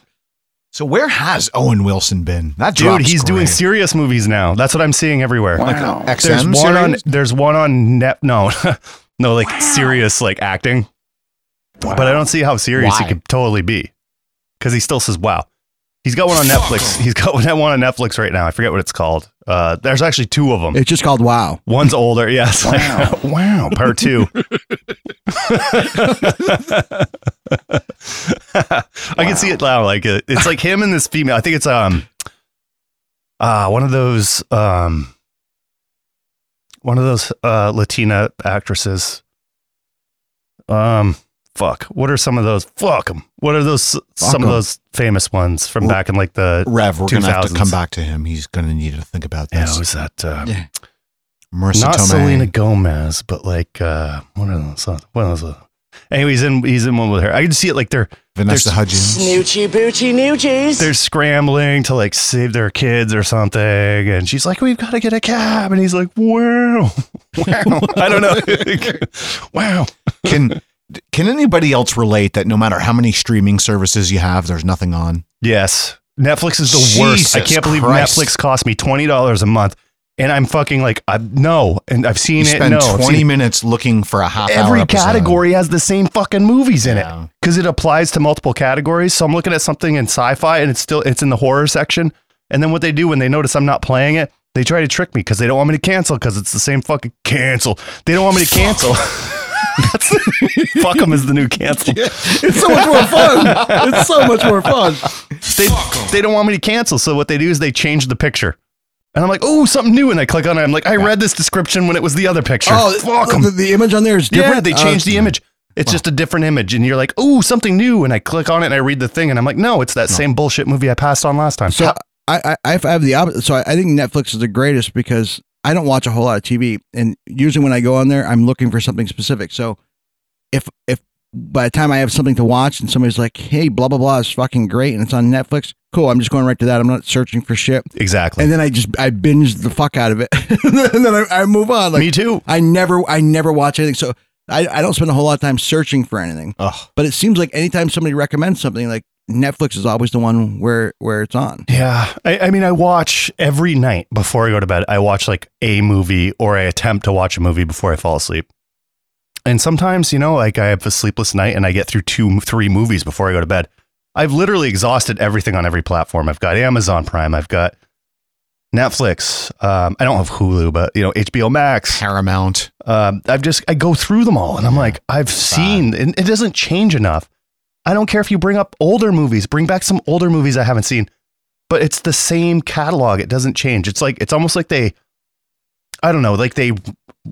So where has Owen Wilson been? That
Dude, he's doing serious movies now. That's what I'm seeing everywhere.
wow. XM
There's one
series?
on there's one on net no no like serious like acting. But I don't see how serious he
Why?
could totally be. because he still says wow. He's got one on Netflix. He's got one one on Netflix right now. I forget what it's called. Uh, there's actually two of them.
It's just called Wow.
One's older. Yeah. It's like, wow. Part two. I can see it now. Like uh, it's like him and this female. I think it's um, uh, one of those um, one of those uh Latina actresses. Um, fuck. What are some of those? Fuck 'em. What are those? some
'em.
of those famous ones from back in like the
Rev, we're
2000s.
going to have to come back to him. He's going to need to think about
Yeah,
this.
who's that? Uh,
Yeah.
Marissa
not
Tomei.
Selena Gomez, but like uh, one of those. One of those. Anyways, in he's in one with her. I can see it like they're
Vanessa
they're,
Hudgens.
Snoochie boochie noochies.
they're scrambling to like save their kids or something, and she's like, "We've got to get a cab," and he's like, "Wow, wow." I don't know. wow.
Can can anybody else relate that no matter how many streaming services you have, there's nothing on?
Yes, Netflix is the worst. I
Jesus
can't believe
Christ.
Netflix cost me twenty dollars a month, and I'm fucking like, I no, and I've seen
You
it.
spend
no, I've
20
seen it.
minutes looking for a half hour
every
episode.
category has the same fucking movies in
Yeah.
it because it applies to multiple categories. So I'm looking at something in sci-fi and it's still it's in the horror section. And then what they do when they notice I'm not playing it, they try to trick me because they don't want me to cancel because it's the same fucking cancel. They don't want me to cancel. That's- Fuck them is the new cancel.
It's so much more fun. It's so much more fun.
They, they don't want me to cancel. So what they do is they change the picture. And I'm like, oh, something new. And I click on it. I'm like, I read this description when it was the other picture.
Oh,
Fuck 'em.
the, the image on there is different.
Yeah, they
Uh,
changed the image. It's just a different image, and you're like, "Oh, something new!" And I click on it and I read the thing, and I'm like, "No, it's that same bullshit movie I passed on last time."
So I, I, I have the opposite. So I, I think Netflix is the greatest because I don't watch a whole lot of TV, and usually when I go on there, I'm looking for something specific. So if if by the time I have something to watch, and somebody's like, "Hey, blah blah blah is fucking great," and it's on Netflix, cool. I'm just going right to that. I'm not searching for shit.
exactly.
And then I just I binge the fuck out of it, and then I, I move on. Like
Me too.
I never I never watch anything. So I, I don't spend a whole lot of time searching for anything.
Ugh.
But it seems like anytime somebody recommends something, like Netflix is always the one where where it's on.
Yeah, I, I mean, I watch every night before I go to bed. I watch like a movie, or I attempt to watch a movie before I fall asleep. And sometimes, you know, like I have a sleepless night, and I get through two, three movies before I go to bed. I've literally exhausted everything on every platform. I've got Amazon Prime. I've got Netflix. Um, I don't have Hulu, but you know, HBO Max.
Paramount.
um, I've just I go through them all, and I'm like, I've seen, and it doesn't change enough. I don't care if you bring up older movies, bring back some older movies I haven't seen, but it's the same catalog. It doesn't change. It's like it's almost like they, I don't know, like they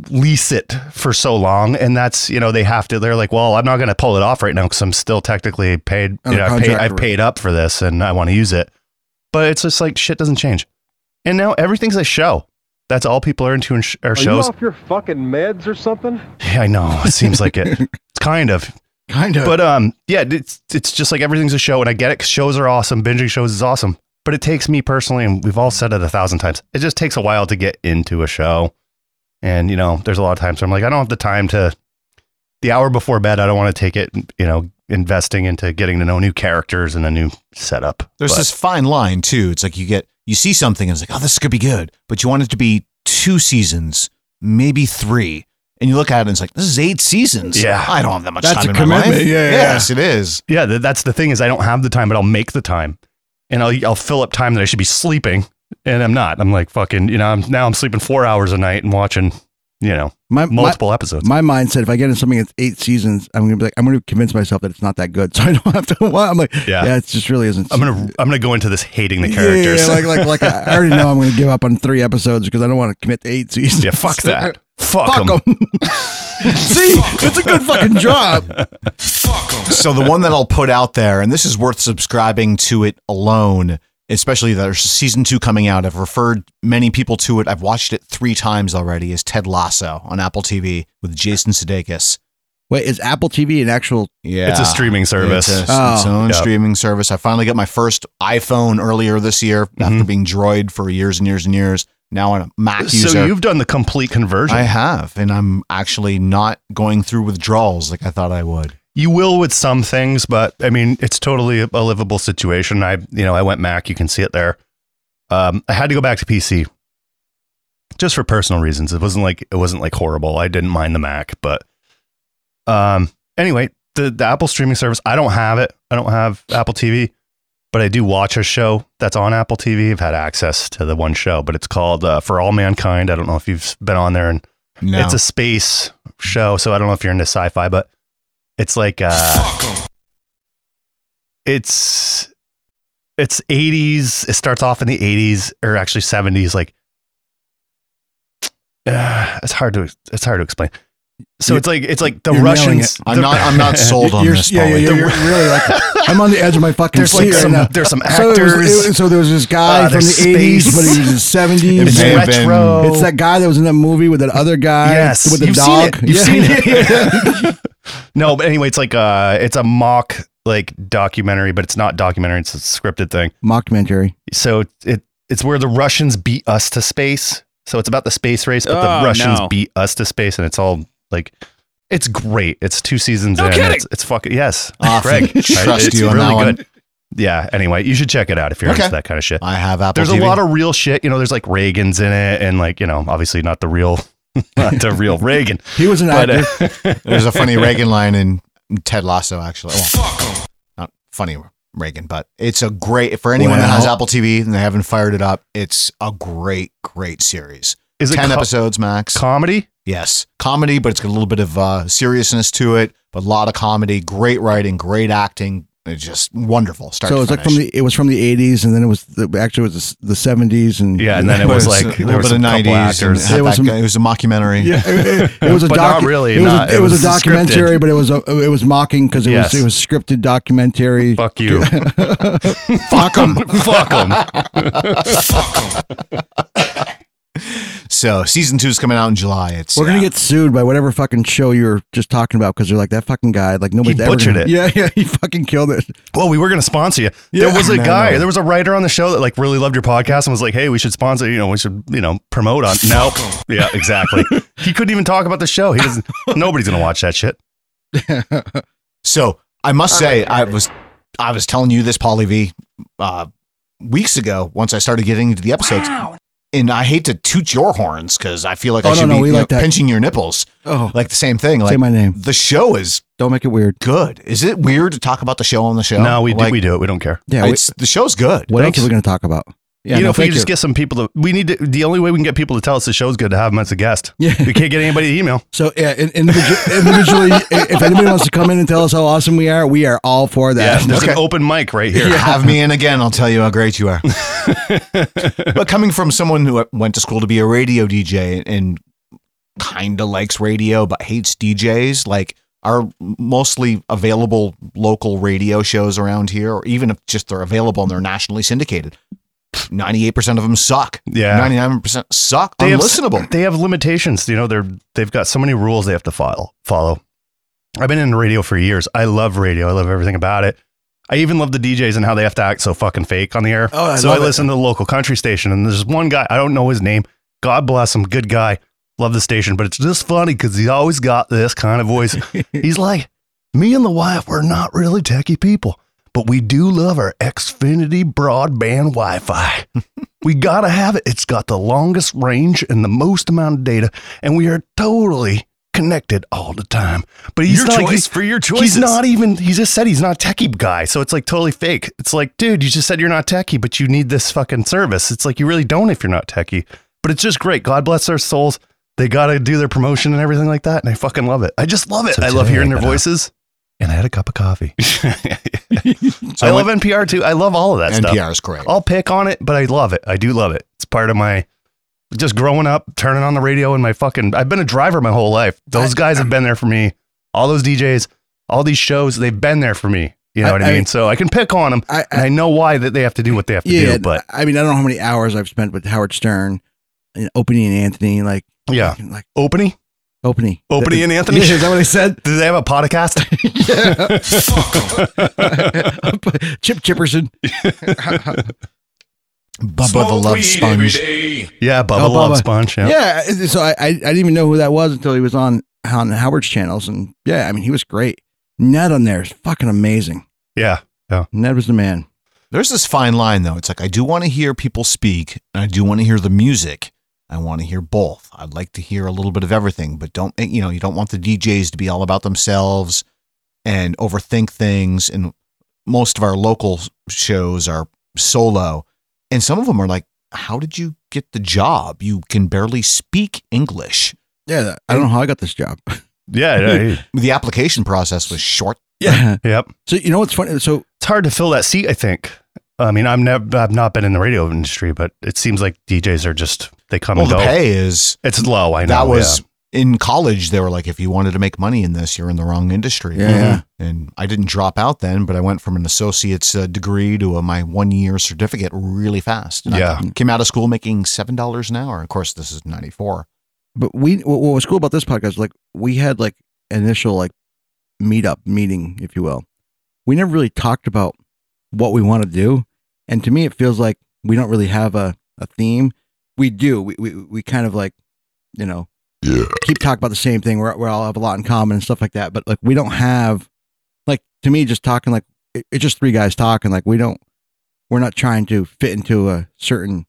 lease it for so long, and that's you know they have to. They're like, well, I'm not going to pull it off right now because I'm still technically paid.
Under
You know, I paid,
contract
I've
or-
paid up for this, and I want to use it. But it's just like shit doesn't change, and now everything's a show. That's all people are into in sh- are shows.
your fucking meds or something?
Yeah, I know. It seems like it. It's kind of.
Kind of.
But um, yeah, it's it's just like everything's a show, and I get it. 'cause shows are awesome. Binging shows is awesome. But it takes me personally, and we've all said it a thousand times. It just takes a while to get into a show, and you know, there's a lot of times where I'm like, I don't have the time to. The hour before bed, I don't want to take it. You know, investing into getting to know new characters and a new setup.
There's
But-
this fine line too. It's like you get you see something and it's like, oh, this could be good, but you want it to be two seasons, maybe three, and you look at it and it's like, this is eight seasons.
Yeah.
I don't have that much
That's
time
a
in my life.
commitment. Yeah, yeah,
yes, it is.
yeah, th- that's the thing is I don't have the time, but I'll make the time, and I'll I'll fill up time that I should be sleeping, and I'm not. I'm like fucking, you know. I'm now I'm sleeping four hours a night and watching, you know,
my,
multiple episodes.
My, my mindset: if I get into something that's eight seasons, I'm gonna be like, I'm gonna convince myself that it's not that good, so I don't have to. Watch. I'm like,
Yeah.
yeah, it just really isn't.
I'm gonna I'm gonna go into this hating the
Yeah, yeah,
characters.
yeah,
Yeah,
like like like I already know I'm gonna give up on three episodes because I don't want to commit to eight seasons.
fuck that. Fuck,
Fuck
'em.
them. See, it's a good fucking job.
Fuck 'em.
so the one that I'll put out there, and this is worth subscribing to it alone, especially there's season two coming out. I've referred many people to it. I've watched it three times already. Is Ted Lasso on Apple TV with Jason Sudeikis?
Wait, is Apple TV an actual?
Yeah,
It's a streaming service.
It's, a,
Oh.
its own
Yep.
streaming service. I finally got my first iPhone earlier this year
Mm-hmm.
after being droid for years and years and years. Now I'm a Mac user.
so you've done the complete conversion.
I have, and I'm actually not going through withdrawals like I thought I would.
you will with some things, but I mean, it's totally a livable situation. I you know I went Mac. You can see it there. Um, I had to go back to PC just for personal reasons. It wasn't like it wasn't like horrible. I didn't mind the Mac, but um, anyway, the, the Apple streaming service. I don't have it. I don't have Apple TV, but I do watch a show that's on Apple TV. I've had access to the one show, but it's called uh, For All Mankind. I don't know if you've been on there, and
No.
it's a space show. So I don't know if you're into sci-fi, but it's like uh, it's it's 80s. It starts off in the 80s or actually 70s. Like uh, it's hard to it's hard to explain. So
You're-
it's like it's like the
you're nailing
Russians.
it. I'm not- I'm not sold on You're-
this,
Yeah, yeah,
Paulie.
yeah,
The-
you're really like I'm on the edge of my fucking
There's
seat
like
right
some-
now.
there's some
So, it was-
actors.
it- so there was this guy
Uh,
from the
there's
'80s,
space.
but he was in the '70s.
It may have been- Retro.
It's that guy that was in that movie with that other guy.
Yes,
with the
you've seen
dog.
it. You've seen it. no, but anyway, it's like uh, it's a mock like documentary, but it's not documentary. It's a scripted thing.
Mockumentary.
So it it's where the Russians beat us to space. So it's about the space race, but
Oh,
the Russians
no.
beat us to space, and it's all like. It's great. It's two seasons
No
in.
kidding.
It's, it's fucking yes.
Awesome.
Greg,
Trust
I- it's
you on
really
that one.
good. Yeah. Anyway, you should check it out if you're
Okay.
into that kind of shit.
I have Apple
There's
TV.
a lot of real shit. You know, there's like Reagan's in it, and like you know, obviously not the real, not the real Reagan.
He was an
uh,
There's a funny Reagan line in Ted Lasso, actually. Well, Not funny Reagan, but it's a great for anyone that has
Well-
Apple TV and they haven't fired it up. It's a great, great series.
Is it
ten
co-
episodes max?
comedy?
yes, comedy, but it's got a little bit of uh, seriousness to it. But a lot of comedy, great writing, great acting. It's just wonderful. Start
So
to
it was like
finish.
from the it was from the '80s, and then it was the, actually it was the '70s, and
Yeah, and then it was
But it's
like
a
there
little
was
bit of
a couple
nineties. It
actors.
was,
It was some-
it was a mockumentary.
Yeah, it, it- it was a
But
doc-
not really,
It was,
not-
a,
it
it was
was
a documentary,
scripted.
but it was a, it was mocking because it
Yes.
was it was scripted documentary.
Fuck you.
Fuck 'em.
Fuck them.
So season two is coming out in July. It's uh,
We're
yeah.
gonna get sued by whatever fucking show you're just talking about because they're like that fucking guy. Like nobody's ever
butchered
gonna-
it.
Yeah, yeah, he fucking killed it.
Well, we were going to sponsor you.
Yeah.
there was a
No,
guy,
no.
there was a writer on the show that like really loved your podcast and was like, "Hey, we should sponsor. You know, we should you know promote on." No, yeah, exactly. he couldn't even talk about the show. He doesn't. nobody's going to watch that shit.
So I must say, I was I was telling you this, Polly V, uh, weeks ago. Once I started getting into the episodes, and I hate to toot your horns because I feel like
Oh,
I
no,
should
no,
be
we
you know,
like that.
pinching your nipples,
Oh,
like the same thing. Like
say my name.
the show is
Don't make it weird.
good. Is it weird to talk about the show on the show?
No, we do.
Like,
we do it. We don't care.
Yeah.
It's the show's good.
we- what
thanks.
else are we gonna talk about? Yeah,
you know,
no,
if we
thank
just
you.
get some people to, we need to. The only way we can get people to tell us the show's good to have them as a guest.
Yeah.
we can't get anybody to email.
so yeah, in, individu- individually, i- if anybody wants to come in and tell us how awesome we are, we are all for
Yeah,
that.
there's an
Okay.
open mic right here.
Have me in again. I'll tell you how great you are. but coming from someone who went to school to be a radio DJ and kind of likes radio but hates DJs, like are mostly available local radio shows around here, or even if just they're available and they're nationally syndicated. 98% of them suck.
Yeah.
99% suck.
They have-
unlistenable.
They have limitations. You know, they're they've got so many rules they have to file, follow. I've been in radio for years. I love radio. I love everything about it. I even love the DJs and how they have to act so fucking fake on the air.
Oh, I
so
love
I
it.
listen to the local country station, and there's one guy I don't know his name. God bless him, good guy. Love the station, but it's just funny because he's always got this kind of voice. he's like, me and the wife, we're not really techie people, but we do love our Xfinity broadband Wi-Fi. We gotta have it. It's got the longest range and the most amount of data, and we are totally connected all the time. But he's
Your
not.
choice
he's,
for your
He's
choices.
not even. He just said he's not a techie guy, so it's like totally fake. It's like, dude, you just said you're not techie, but you need this fucking service. It's like you really don't if you're not techie. But it's just great. God bless their souls. They gotta do their promotion and everything like that, and I fucking love it. I just love it.
So
I love
today I
hearing their
got up.
voices.
And I had a cup of coffee.
So
I
went-
love NPR too. I love all of that stuff. Oh,
NPR is great.
I'll pick on it, but I love it. I do love it. It's part of my just growing up, turning on the radio and my fucking I've been a driver my whole life. Those guys have been there for me. All those DJs, all these shows, they've been there for me. You know
I-
what I
I
mean?
mean-
so I can pick on them
I-
and I know why that they have to do what they have to do,
yeah,
but
I mean, I don't know how many hours I've spent with Howard Stern, and Opie and Anthony, like
yeah.
like
Opening?
Opie.
Opie and Anthony?
Yeah, is that what I said?
Do they have a podcast?
Chip Chipperson.
Bubba the Love Sponge.
yeah, Bubba
Oh,
Love
Bubba.
Sponge. Yeah.
Yeah. it- so I, I I didn't even know who that was until he was on on Howard's channels, and yeah, I mean he was great. Ned on there is fucking amazing.
Yeah.
Ned was the man.
There's this fine line though. It's like I do want to hear people speak and I do want to hear the music. I want to hear both. I'd eh, like to hear a little bit of everything, but don't you know, you don't want the DJs to be all about themselves. and overthink things. And most of our local shows are solo. And some of them are like, how did you get the job? You can barely speak English.
Yeah, I don't know how I got this job.
Yeah, yeah.
the application process was short.
Yeah. yep.
So you know what's funny? So
it's hard to fill that seat. I think. I mean, I'm never. I've not been in the radio industry, but it seems like DJs are just they come
Well,
and
the
go.
pay is
it's low. I know
that was
yeah.
in college. They were like, if you wanted to make money in this, you're in the wrong industry.
Yeah.
And I didn't drop out then, but I went from an associate's uh, degree to a, my one year certificate really fast. And I
Yeah.
came out of school making $7 an hour. Of course, this is 94.
but we what what was cool about this podcast like we had like initial like meetup meeting if you will we never really talked about what we want to do and to me it feels like we don't really have a, a theme we do we, we, we kind of like you know keep talking about the same thing we're, we all have a lot in common and stuff like that but like we don't have like to me just talking like it, it's just three guys talking like we don't we're not trying to fit into a certain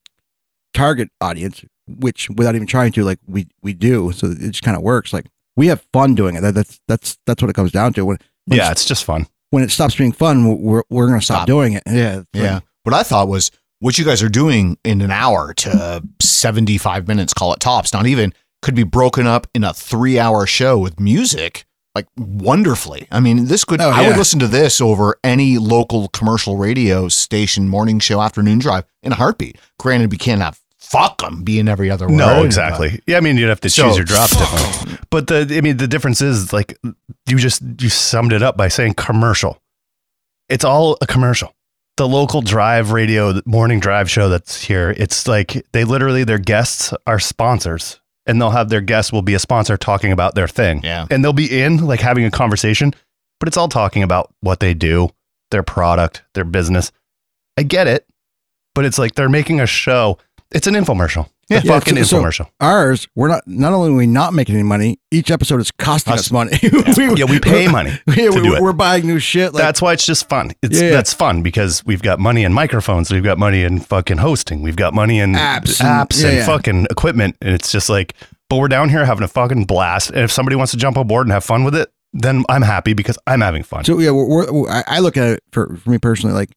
target audience, which without even trying to, like we we do. So it just kind of works. Like we have fun doing it. That, that's that's that's what it comes down to. When, when
yeah,
it's-
it's just fun.
when it stops being fun, we're we're gonna stop,
Stop.
doing it. Yeah, it's like-
Yeah. What I thought was what you guys are doing in an hour to 75 minutes, call it tops, not even, could be broken up in a three hour show with music, like wonderfully. I mean, this could,
Oh,
I would
yeah.
listen to this over any local commercial radio station, morning show, afternoon drive in a heartbeat. Granted, we can't have fuck 'em be in every other word.
No,
but-
exactly. Yeah, I mean you'd have to
So-
choose your drop differently. But the I mean the difference is like you just you summed it up by saying commercial. It's all a commercial. The local drive radio the morning drive show that's here, it's like they literally their guests are sponsors and they'll have their guest will be a sponsor talking about their thing.
Yeah.
And they'll be in like having a conversation, but it's all talking about what they do, their product, their business. I get it, but it's like they're making a show. It's an infomercial. Yeah,
Yeah,
fucking
so- so
infomercial.
ours, we're not. Not only are we not making any money, each episode is costing us,
Us-
money. Yeah. we,
Yeah, we pay money
Yeah,
to
we,
do it.
are buying new shit. Like,
that's why it's just fun. It's
Yeah.
that's fun because we've got money in microphones, we've got money in fucking hosting, we've got money in
Apps and-
apps
yeah,
and
yeah.
fucking equipment, and it's just like. But we're down here having a fucking blast, and if somebody wants to jump on board and have fun with it, then I'm happy because I'm having fun.
So yeah, we're, we're, I I look at it for, for me personally, like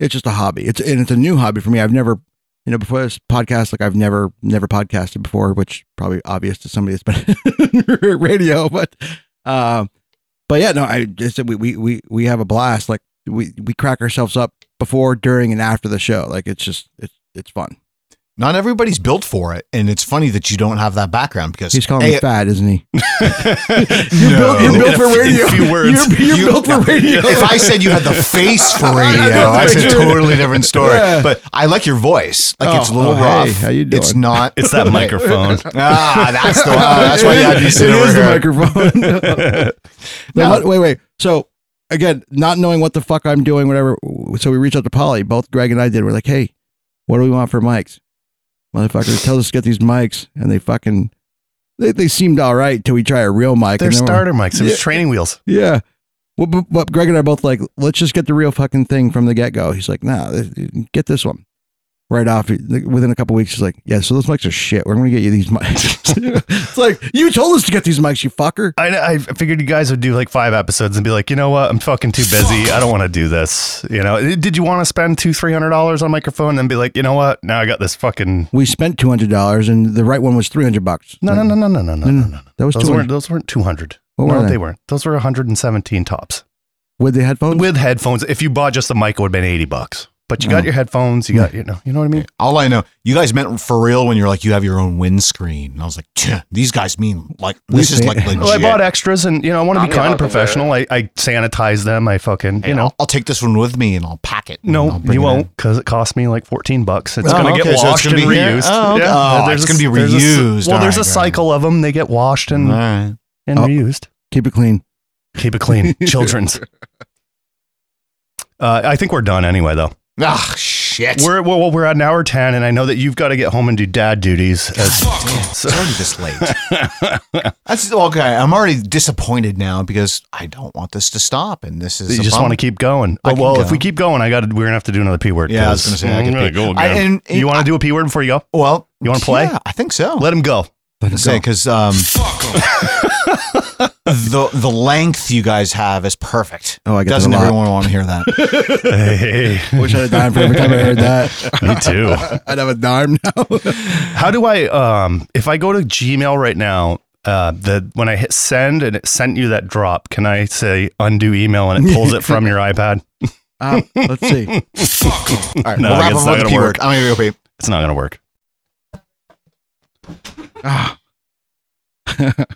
it's just a hobby. It's and it's a new hobby for me. I've never, you know, before this podcast, like I've never never podcasted before, which probably obvious to somebody that's been in radio, but um, but yeah, no, I just we we we we have a blast. Like we we crack ourselves up before, during, and after the show. Like it's just it's it's fun.
Not everybody's built for it. And it's funny that you don't have that background because
He's calling
A,
me fat, isn't he?
no.
uh, You're
In
built
a
for
f- in
radio.
few words.
You're, you're
You-
built for radio.
If I said you had the face for radio,
know,
that's a
right?
totally different story.
Yeah.
But I like your voice. Like it's a
Oh,
little
oh, hey,
rough.
how you
It's
doing?
not.
It's that microphone.
ah, that's the. ah, that's why you had me sit
It
over
is
here.
the microphone. No, let- wait, wait. So again, not knowing what the fuck I'm doing, whatever. So we reached out to Polly. Both Greg and I did. We're like, hey, what do we want for mics? Motherfuckers tells us to get these mics, and they fucking they, they seemed all right till we try a real mic.
They're
and then we're-
starter mics. It was
Yeah.
training wheels.
Yeah. Well, but, but Greg and I are both like, let's just get the real fucking thing from the get go. He's like, nah, th- get this one. Right off, within a couple weeks, he's like, yeah, so those mics are shit. We're going to get you these mics. it's like, you told us to get these mics, you fucker.
I, I figured you guys would do like five episodes and be like, you know what, I'm fucking too busy. I don't want to do this. You know, Eh, did you want to spend two, three hundred dollars on a microphone and then be like, you know what, now I got this fucking
We spent $200 and the right one was 300 bucks. Mm.
no, no, no, no, no, no, no, no, no.
That was
Those
200.
weren't those weren't 200.
What
no,
were
they?
they?
weren't. Those were 117 tops
With the headphones?
with headphones. If you bought just the mic, it would have been 80 bucks. But you got
Oh.
your headphones. You got you know you know what I mean.
All I know, you guys meant for real when you're like, you have your own windscreen. And I was like, "Tch, these guys mean like
We Oh,
this is
say-
like legit.
Well, I bought extras, and you know I want to be
I'm
kind
not
of professional. I, I sanitize them. I fucking
Hey,
you know.
I'll, I'll take this one with me and I'll pack it. and I'll
No,
bring
you
it in.
won't, because it cost me like fourteen bucks. It's
Oh,
gonna
okay,
get
so it's
washed
gonna
and
be here?
reused.
Oh, okay. Oh,
there's
it's
a-
gonna be
there's a-
reused.
well,
All
there's
right,
a
right,
cycle of them. They get washed and
All right.
and
Oh.
reused.
Keep it clean.
Keep it clean, childrens. Uh, I think we're done anyway, though.
Ah, shit.
We're well, we're at an hour ten, and I know that you've got to get home and do dad duties. As,
Fuck 'em.
It's already this late. That's okay. I'm already disappointed now because I don't want this to stop, and this is
you
a
just
problem.
want to keep going.
I
Oh,
can
well,
go.
if we keep going, I got to. We're gonna have to do another p word. Mm-hmm.
Yeah, I was
'cause
gonna say, I
I'm
could
gonna
pee.
go
I-
again.
and- and
you want
I-
to do a p word before you go?
Well,
You wanna play?
Yeah, I think so.
Let him go.
Let us say because um,
Fuck 'em.
the the length you guys have is perfect.
Oh, I get that
Doesn't
a lot.
everyone want to hear that?
hey,
Wish I had a dime for every time I heard that.
Me too.
I'd have a dime now.
How do I um if I go to Gmail right now, uh the when I hit send and it sent you that drop, can I say undo email and it pulls it from your iPad?
Uh, let's see.
Fuck 'em. All right,
No,
we'll
I guess
wrap up
it's
with
not
the
gonna
P
work.
word. I'm gonna go pee.
It's not gonna work. All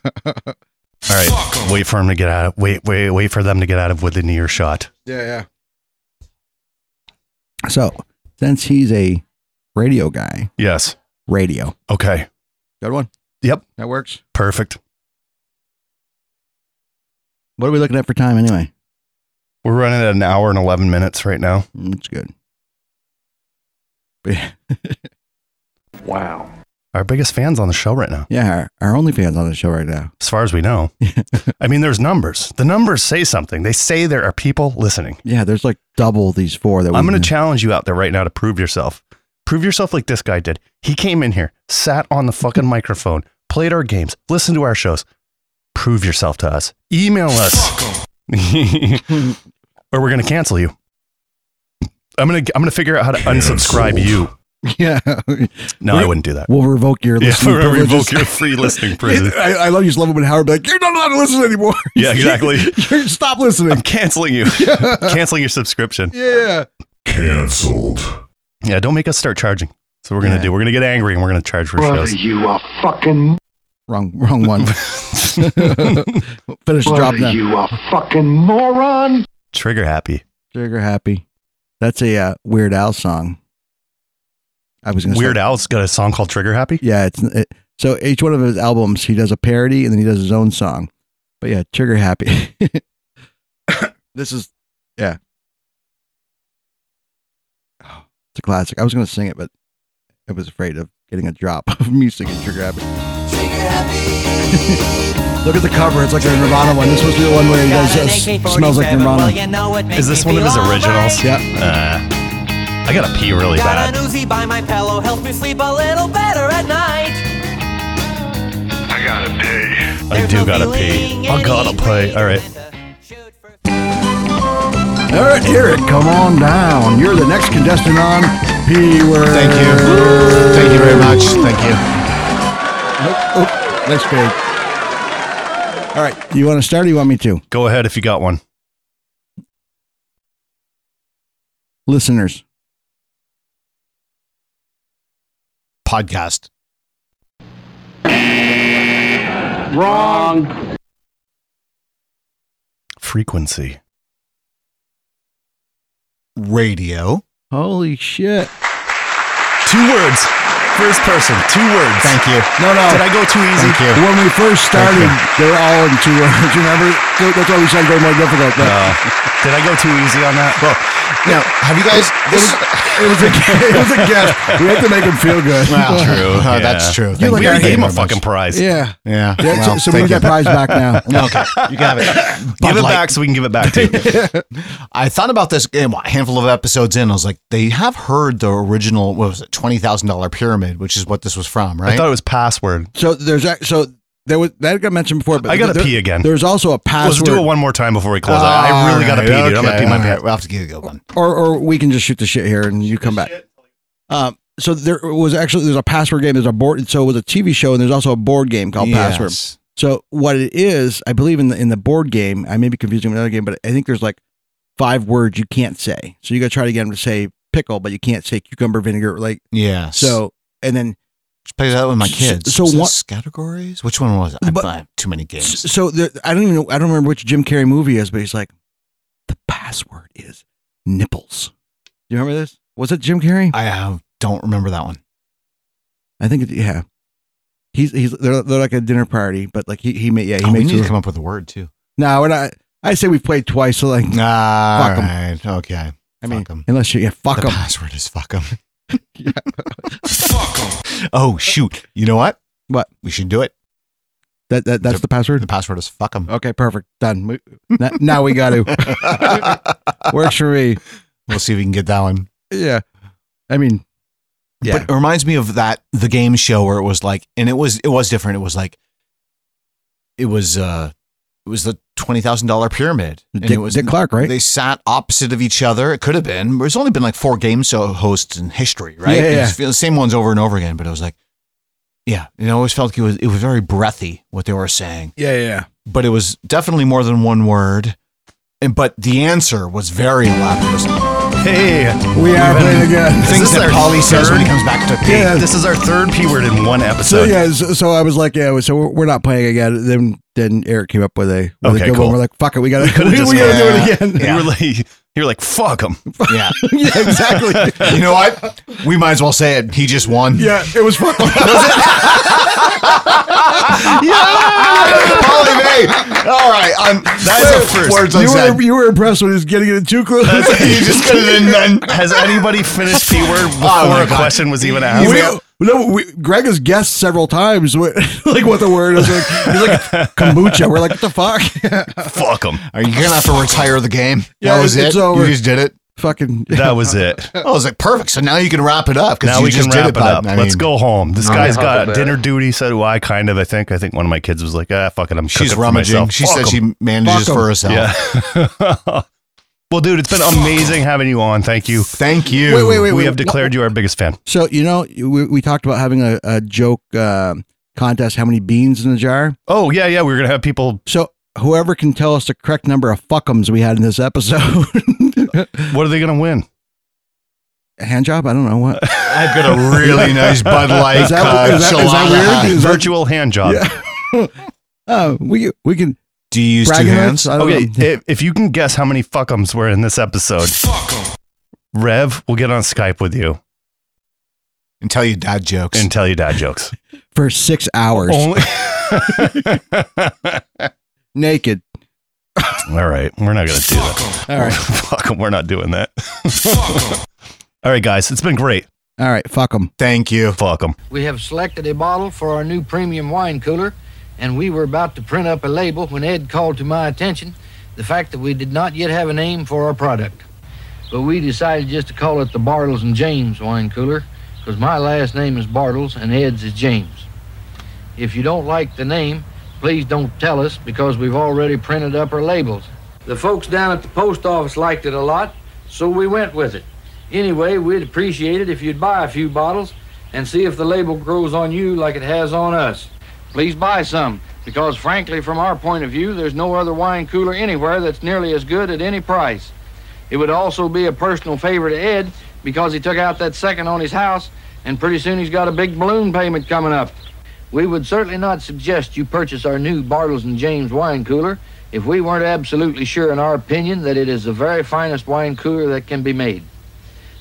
right. Wait for him to get out wait, wait, wait for them to get out of within earshot.
Yeah, yeah. So, since he's a radio guy,
Yes.
radio.
Okay.
Good one.
Yep.
That works.
Perfect.
What are we looking at for time anyway?
We're running at an hour and eleven minutes right now.
It's Mm, good.
wow. Our biggest fans on the show right now.
Yeah, our, our OnlyFans on the show right now.
As far as we know. I mean, there's numbers. The numbers say something. They say there are people listening.
Yeah, there's like double these four that we
I'm going to challenge you out there right now to prove yourself. Prove yourself like this guy did. He came in here, sat on the fucking microphone, played our games, listened to our shows. Prove yourself to us. Email us, or we're going to cancel you. I'm going to I'm going to figure out how to unsubscribe you.
Yeah.
No, I wouldn't do that.
We'll revoke your
Yeah,
listening
we'll revoke
privileges.
your free listening privilege.
I, I love you, just love him and Howard. Be like, you're not allowed to listen anymore.
Yeah, exactly.
You're, stop listening.
I'm canceling you. canceling your subscription.
Yeah.
Canceled. Yeah, don't make us start charging. So we're gonna do. We're gonna get angry and we're gonna charge for shows.
you a fucking
Wrong, wrong one. Finish the drop now.
a fucking moron?
Trigger happy.
Trigger happy. That's a uh, Weird Al song. I was gonna
Weird
say,
Al's got a song called Trigger Happy.
Yeah, it's it, so each one of his albums he does a parody and then he does his own song. But yeah, Trigger happy. this is yeah. Oh, It's a classic. I was gonna sing it, but I was afraid of getting a drop of me singing Trigger Happy. Look at the cover. It's like the Nirvana one. This was the one where he does uh, smells like Nirvana.
Is this one of his originals?
Yeah.
Uh, I gotta pee really
Got
bad.
an Uzi by my pillow, helps me sleep a little better at night.
I gotta pay.
I do gotta pee. I gotta pee. All right.
All right, hear it. Come on down. You're the next contestant on P Word.
Thank you. Thank you very much. Thank you.
Oh, oh, next page. All right. You want to start or you want me to?
Go ahead if you got one.
Listeners.
Podcast.
Wrong.
Frequency.
Radio.
Holy shit.
Two words. First person. Two words.
Thank you.
No, no.
Did I go too easy?
Thank you.
When we first started, they were all in two words. Remember? That's why we said they're more difficult. But
No. Did I go too easy on that? Well,
yeah,
Have you guys? This,
it was a it was a guess. We had to make him feel good.
well,
true.
Uh,
yeah.
That's true.
You
Thank
look
we
like
already
I
gave him a
very much.
fucking prize.
Yeah.
Yeah.
Yeah, so,
well,
so we
thank
get that prize
you.
back now.
Okay, you can have it. Bud
Give it
Light.
back so we can give it back to you.
I thought about this game a handful of episodes in. I was like, they have heard the original, what was it, $20,000 pyramid, which is what this was from, right?
I thought it was password.
So there's ac- so there was that got mentioned before, but
I gotta
there-
pee again.
There's also a password,
Let's do it one more time before we close. I, I really gotta pee,
Alright,
dude. I'm gonna
Ah, okay,
pee my
alright,
pants.
We'll have to give it a one.
or or we can just shoot the shit here and you come back. Um, so there was actually there's a password game. There's a board. So it was a TV show, and there's also a board game called Password.
Yes.
So what it is, I believe in the in the board game. I may be confusing with another game, but I think there's like five words you can't say. So you got to try to get them to say pickle, but you can't say cucumber vinegar. Like
Yes.
so, and then
Just play that with my
So-
kids.
so
So,
what-
what categories? Which one was it? I,
But-
I have too many games.
so there, I don't even know. I don't remember which Jim Carrey movie is, but he's like, the password is nipples. Do you remember this? Was it Jim Carrey?
I have, don't remember that one.
I think it, yeah. He's he's they're, they're like a dinner party, but like he he made yeah he
Oh, we
makes
need to
it.
come up with a word too.
No, we're not. I say we've played twice, so like
Ah,
Fuck 'em.
right. Okay.
I mean,
fuck 'em.
unless you yeah fuck
the
'em.
password is fuck 'em.
Fuck 'em.
Oh, shoot. You know what?
What?
We should do it.
That, that that's the password.
The password is fuck 'em.
Okay, perfect. Done. We- now, now we got to works for me.
We'll see if we can get that one.
Yeah, I mean, yeah.
But it reminds me of that the game show where it was like, and it was it was different. It was like, it was uh it was the twenty thousand dollar pyramid. And
Dick-
it was
Dick Clark, right?
They sat opposite of each other. It could have been. There's only been like four game show hosts in history, right?
Yeah, yeah,
It's the same ones over and over again. But it was like, yeah, it always felt like it was it was very breathy what they were saying.
Yeah, yeah.
But it was definitely more than one word. And but the answer was very elaborate. It was like,
Hey,
we are playing again.
This
Things
is
that
our
Polly says when he
third-
comes back to P.
Yeah.
This is our third P word in one
So
episode.
yeah, so, so I was like, yeah, so we're, we're not playing again. Then then Eric came up with a, with
Okay,
a good
cool.
one. We're like, fuck it, we gotta,
We
we,
could've just-
gotta do it
You
again.
were like, you were like, fuck them.
Yeah.
yeah, exactly.
You know what? We might as well say it. He just won.
Yeah, it was fucking.
Polly May. All right. um, I'm, that's the first. Words
you
unsaid.
were you were impressed when he was getting it too close.
you just could have done none.
Has anybody finished P word before
Oh my
a
God.
question was even asked?
We, no, we, Greg has guessed several times what, like what the word is. Like, he's like kombucha. We're like, what the fuck?
fuck them.
Are you gonna have to retire the game?
Yeah,
that was
it's
it.
over.
You just did it.
Fucking
That was it.
I was like, perfect. So now you can wrap it up because
Now
you
we
just
can
did
wrap
it.
it
bud.
up.
I
Let's
mean,
go home. This
I'm
guy's
gonna
got
huckleberry.
dinner duty. So do I. Kind of. I think. I think one of my kids was like, "Ah, fuck it. I'm
She's
cooking for myself.
rummaging. She
Fuck
said
'em.
she
Fuck
manages
'em.
for herself.
Yeah. well, dude, it's been amazing having you on. Thank you.
Thank you.
Wait, wait, wait,
we
wait.
have declared you our biggest fan.
So you know, we, we talked about having a, a joke um contest. How many beans in the jar?
Oh yeah, yeah. We were gonna have people.
So whoever can tell us the correct number of fuckums we had in this episode,
What are they gonna win?
a hand job. I don't know what.
I've got a really nice Bud Light.
Is that- is that- is that
Chalada.
weird? Is that-
Virtual hand job.
Oh, we we can
Do you use
bragging
two
rights?
hands?
I don't
Okay,
know.
if, if you can guess how many fuckums were in this episode, Rev will get on Skype with you
And tell you dad jokes.
and tell you dad jokes.
for six hours
Only.
naked.
All right, we're not gonna do that.
All right,
Fuck 'em, we're not doing that. All right, guys, it's been great.
all right, fuck them.
Thank you.
Fuck 'em.
We have selected a bottle for our new premium wine cooler, and we were about to print up a label when Ed called to my attention the fact that we did not yet have a name for our product. But we decided just to call it the Bartles and James wine cooler, because my last name is Bartles and Ed's is James. If you don't like the name, please don't tell us because we've already printed up our labels. The folks down at the post office liked it a lot, so we went with it. Anyway, we'd appreciate it if you'd buy a few bottles and see if the label grows on you like it has on us. Please buy some, because frankly, from our point of view, there's no other wine cooler anywhere that's nearly as good at any price. It would also be a personal favor to Ed because he took out that second on his house, and pretty soon he's got a big balloon payment coming up. We would certainly not suggest you purchase our new Bartles and James wine cooler if we weren't absolutely sure in our opinion that it is the very finest wine cooler that can be made.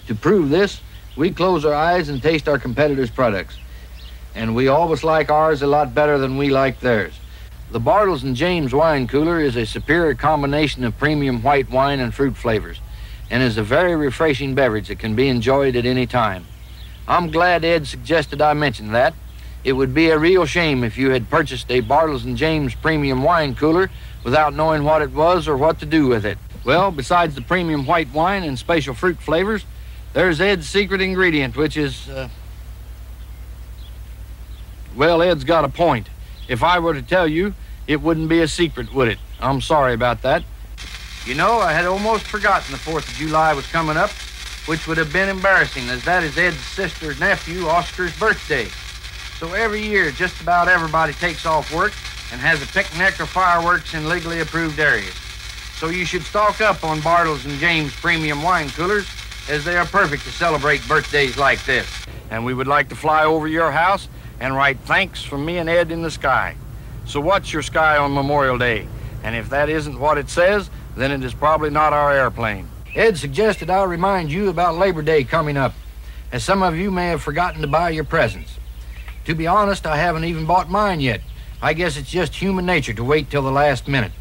To prove this, we close our eyes and taste our competitors' products. And we always like ours a lot better than we like theirs. The Bartles and James wine cooler is a superior combination of premium white wine and fruit flavors, and is a very refreshing beverage that can be enjoyed at any time. I'm glad Ed suggested I mention that. It would be a real shame if you had purchased a Bartles and James premium wine cooler without knowing what it was or what to do with it. Well, besides the premium white wine and special fruit flavors, there's Ed's secret ingredient, which is. Uh... Well, Ed's got a point. If I were to tell you, it wouldn't be a secret, would it? I'm sorry about that. You know, I had almost forgotten the 4th of July was coming up, which would have been embarrassing, as that is Ed's sister's nephew, Oscar's birthday. So every year, just about everybody takes off work and has a picnic or fireworks in legally approved areas. So you should stock up on Bartles and James premium wine coolers, as they are perfect to celebrate birthdays like this. And we would like to fly over your house and write thanks from me and Ed in the sky. So watch your sky on Memorial Day. And if that isn't what it says, then it is probably not our airplane. Ed suggested I remind you about Labor Day coming up, as some of you may have forgotten to buy your presents. To be honest, I haven't even bought mine yet. I guess it's just human nature to wait till the last minute.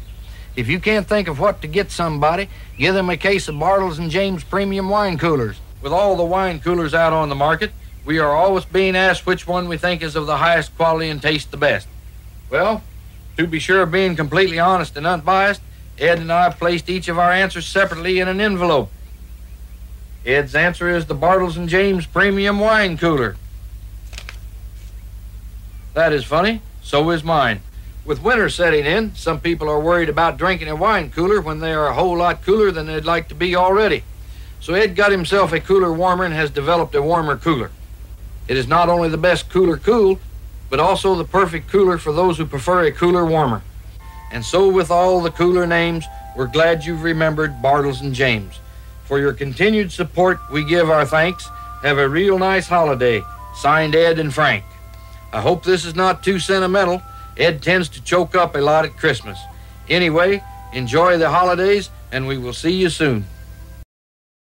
If you can't think of what to get somebody, give them a case of Bartles and James premium wine coolers. With all the wine coolers out on the market, we are always being asked which one we think is of the highest quality and tastes the best. Well, to be sure of being completely honest and unbiased, Ed and I placed each of our answers separately in an envelope. Ed's answer is the Bartles and James premium wine cooler. That is funny. So is mine. With winter setting in, some people are worried about drinking a wine cooler when they are a whole lot cooler than they'd like to be already. So Ed got himself a cooler warmer and has developed a warmer cooler. It is not only the best cooler cool, but also the perfect cooler for those who prefer a cooler warmer. And so, with all the cooler names, we're glad you've remembered Bartles and James. For your continued support, we give our thanks. Have a real nice holiday. Signed, Ed and Frank. I hope this is not too sentimental. Ed tends to choke up a lot at Christmas. Anyway, enjoy the holidays, and we will see you soon.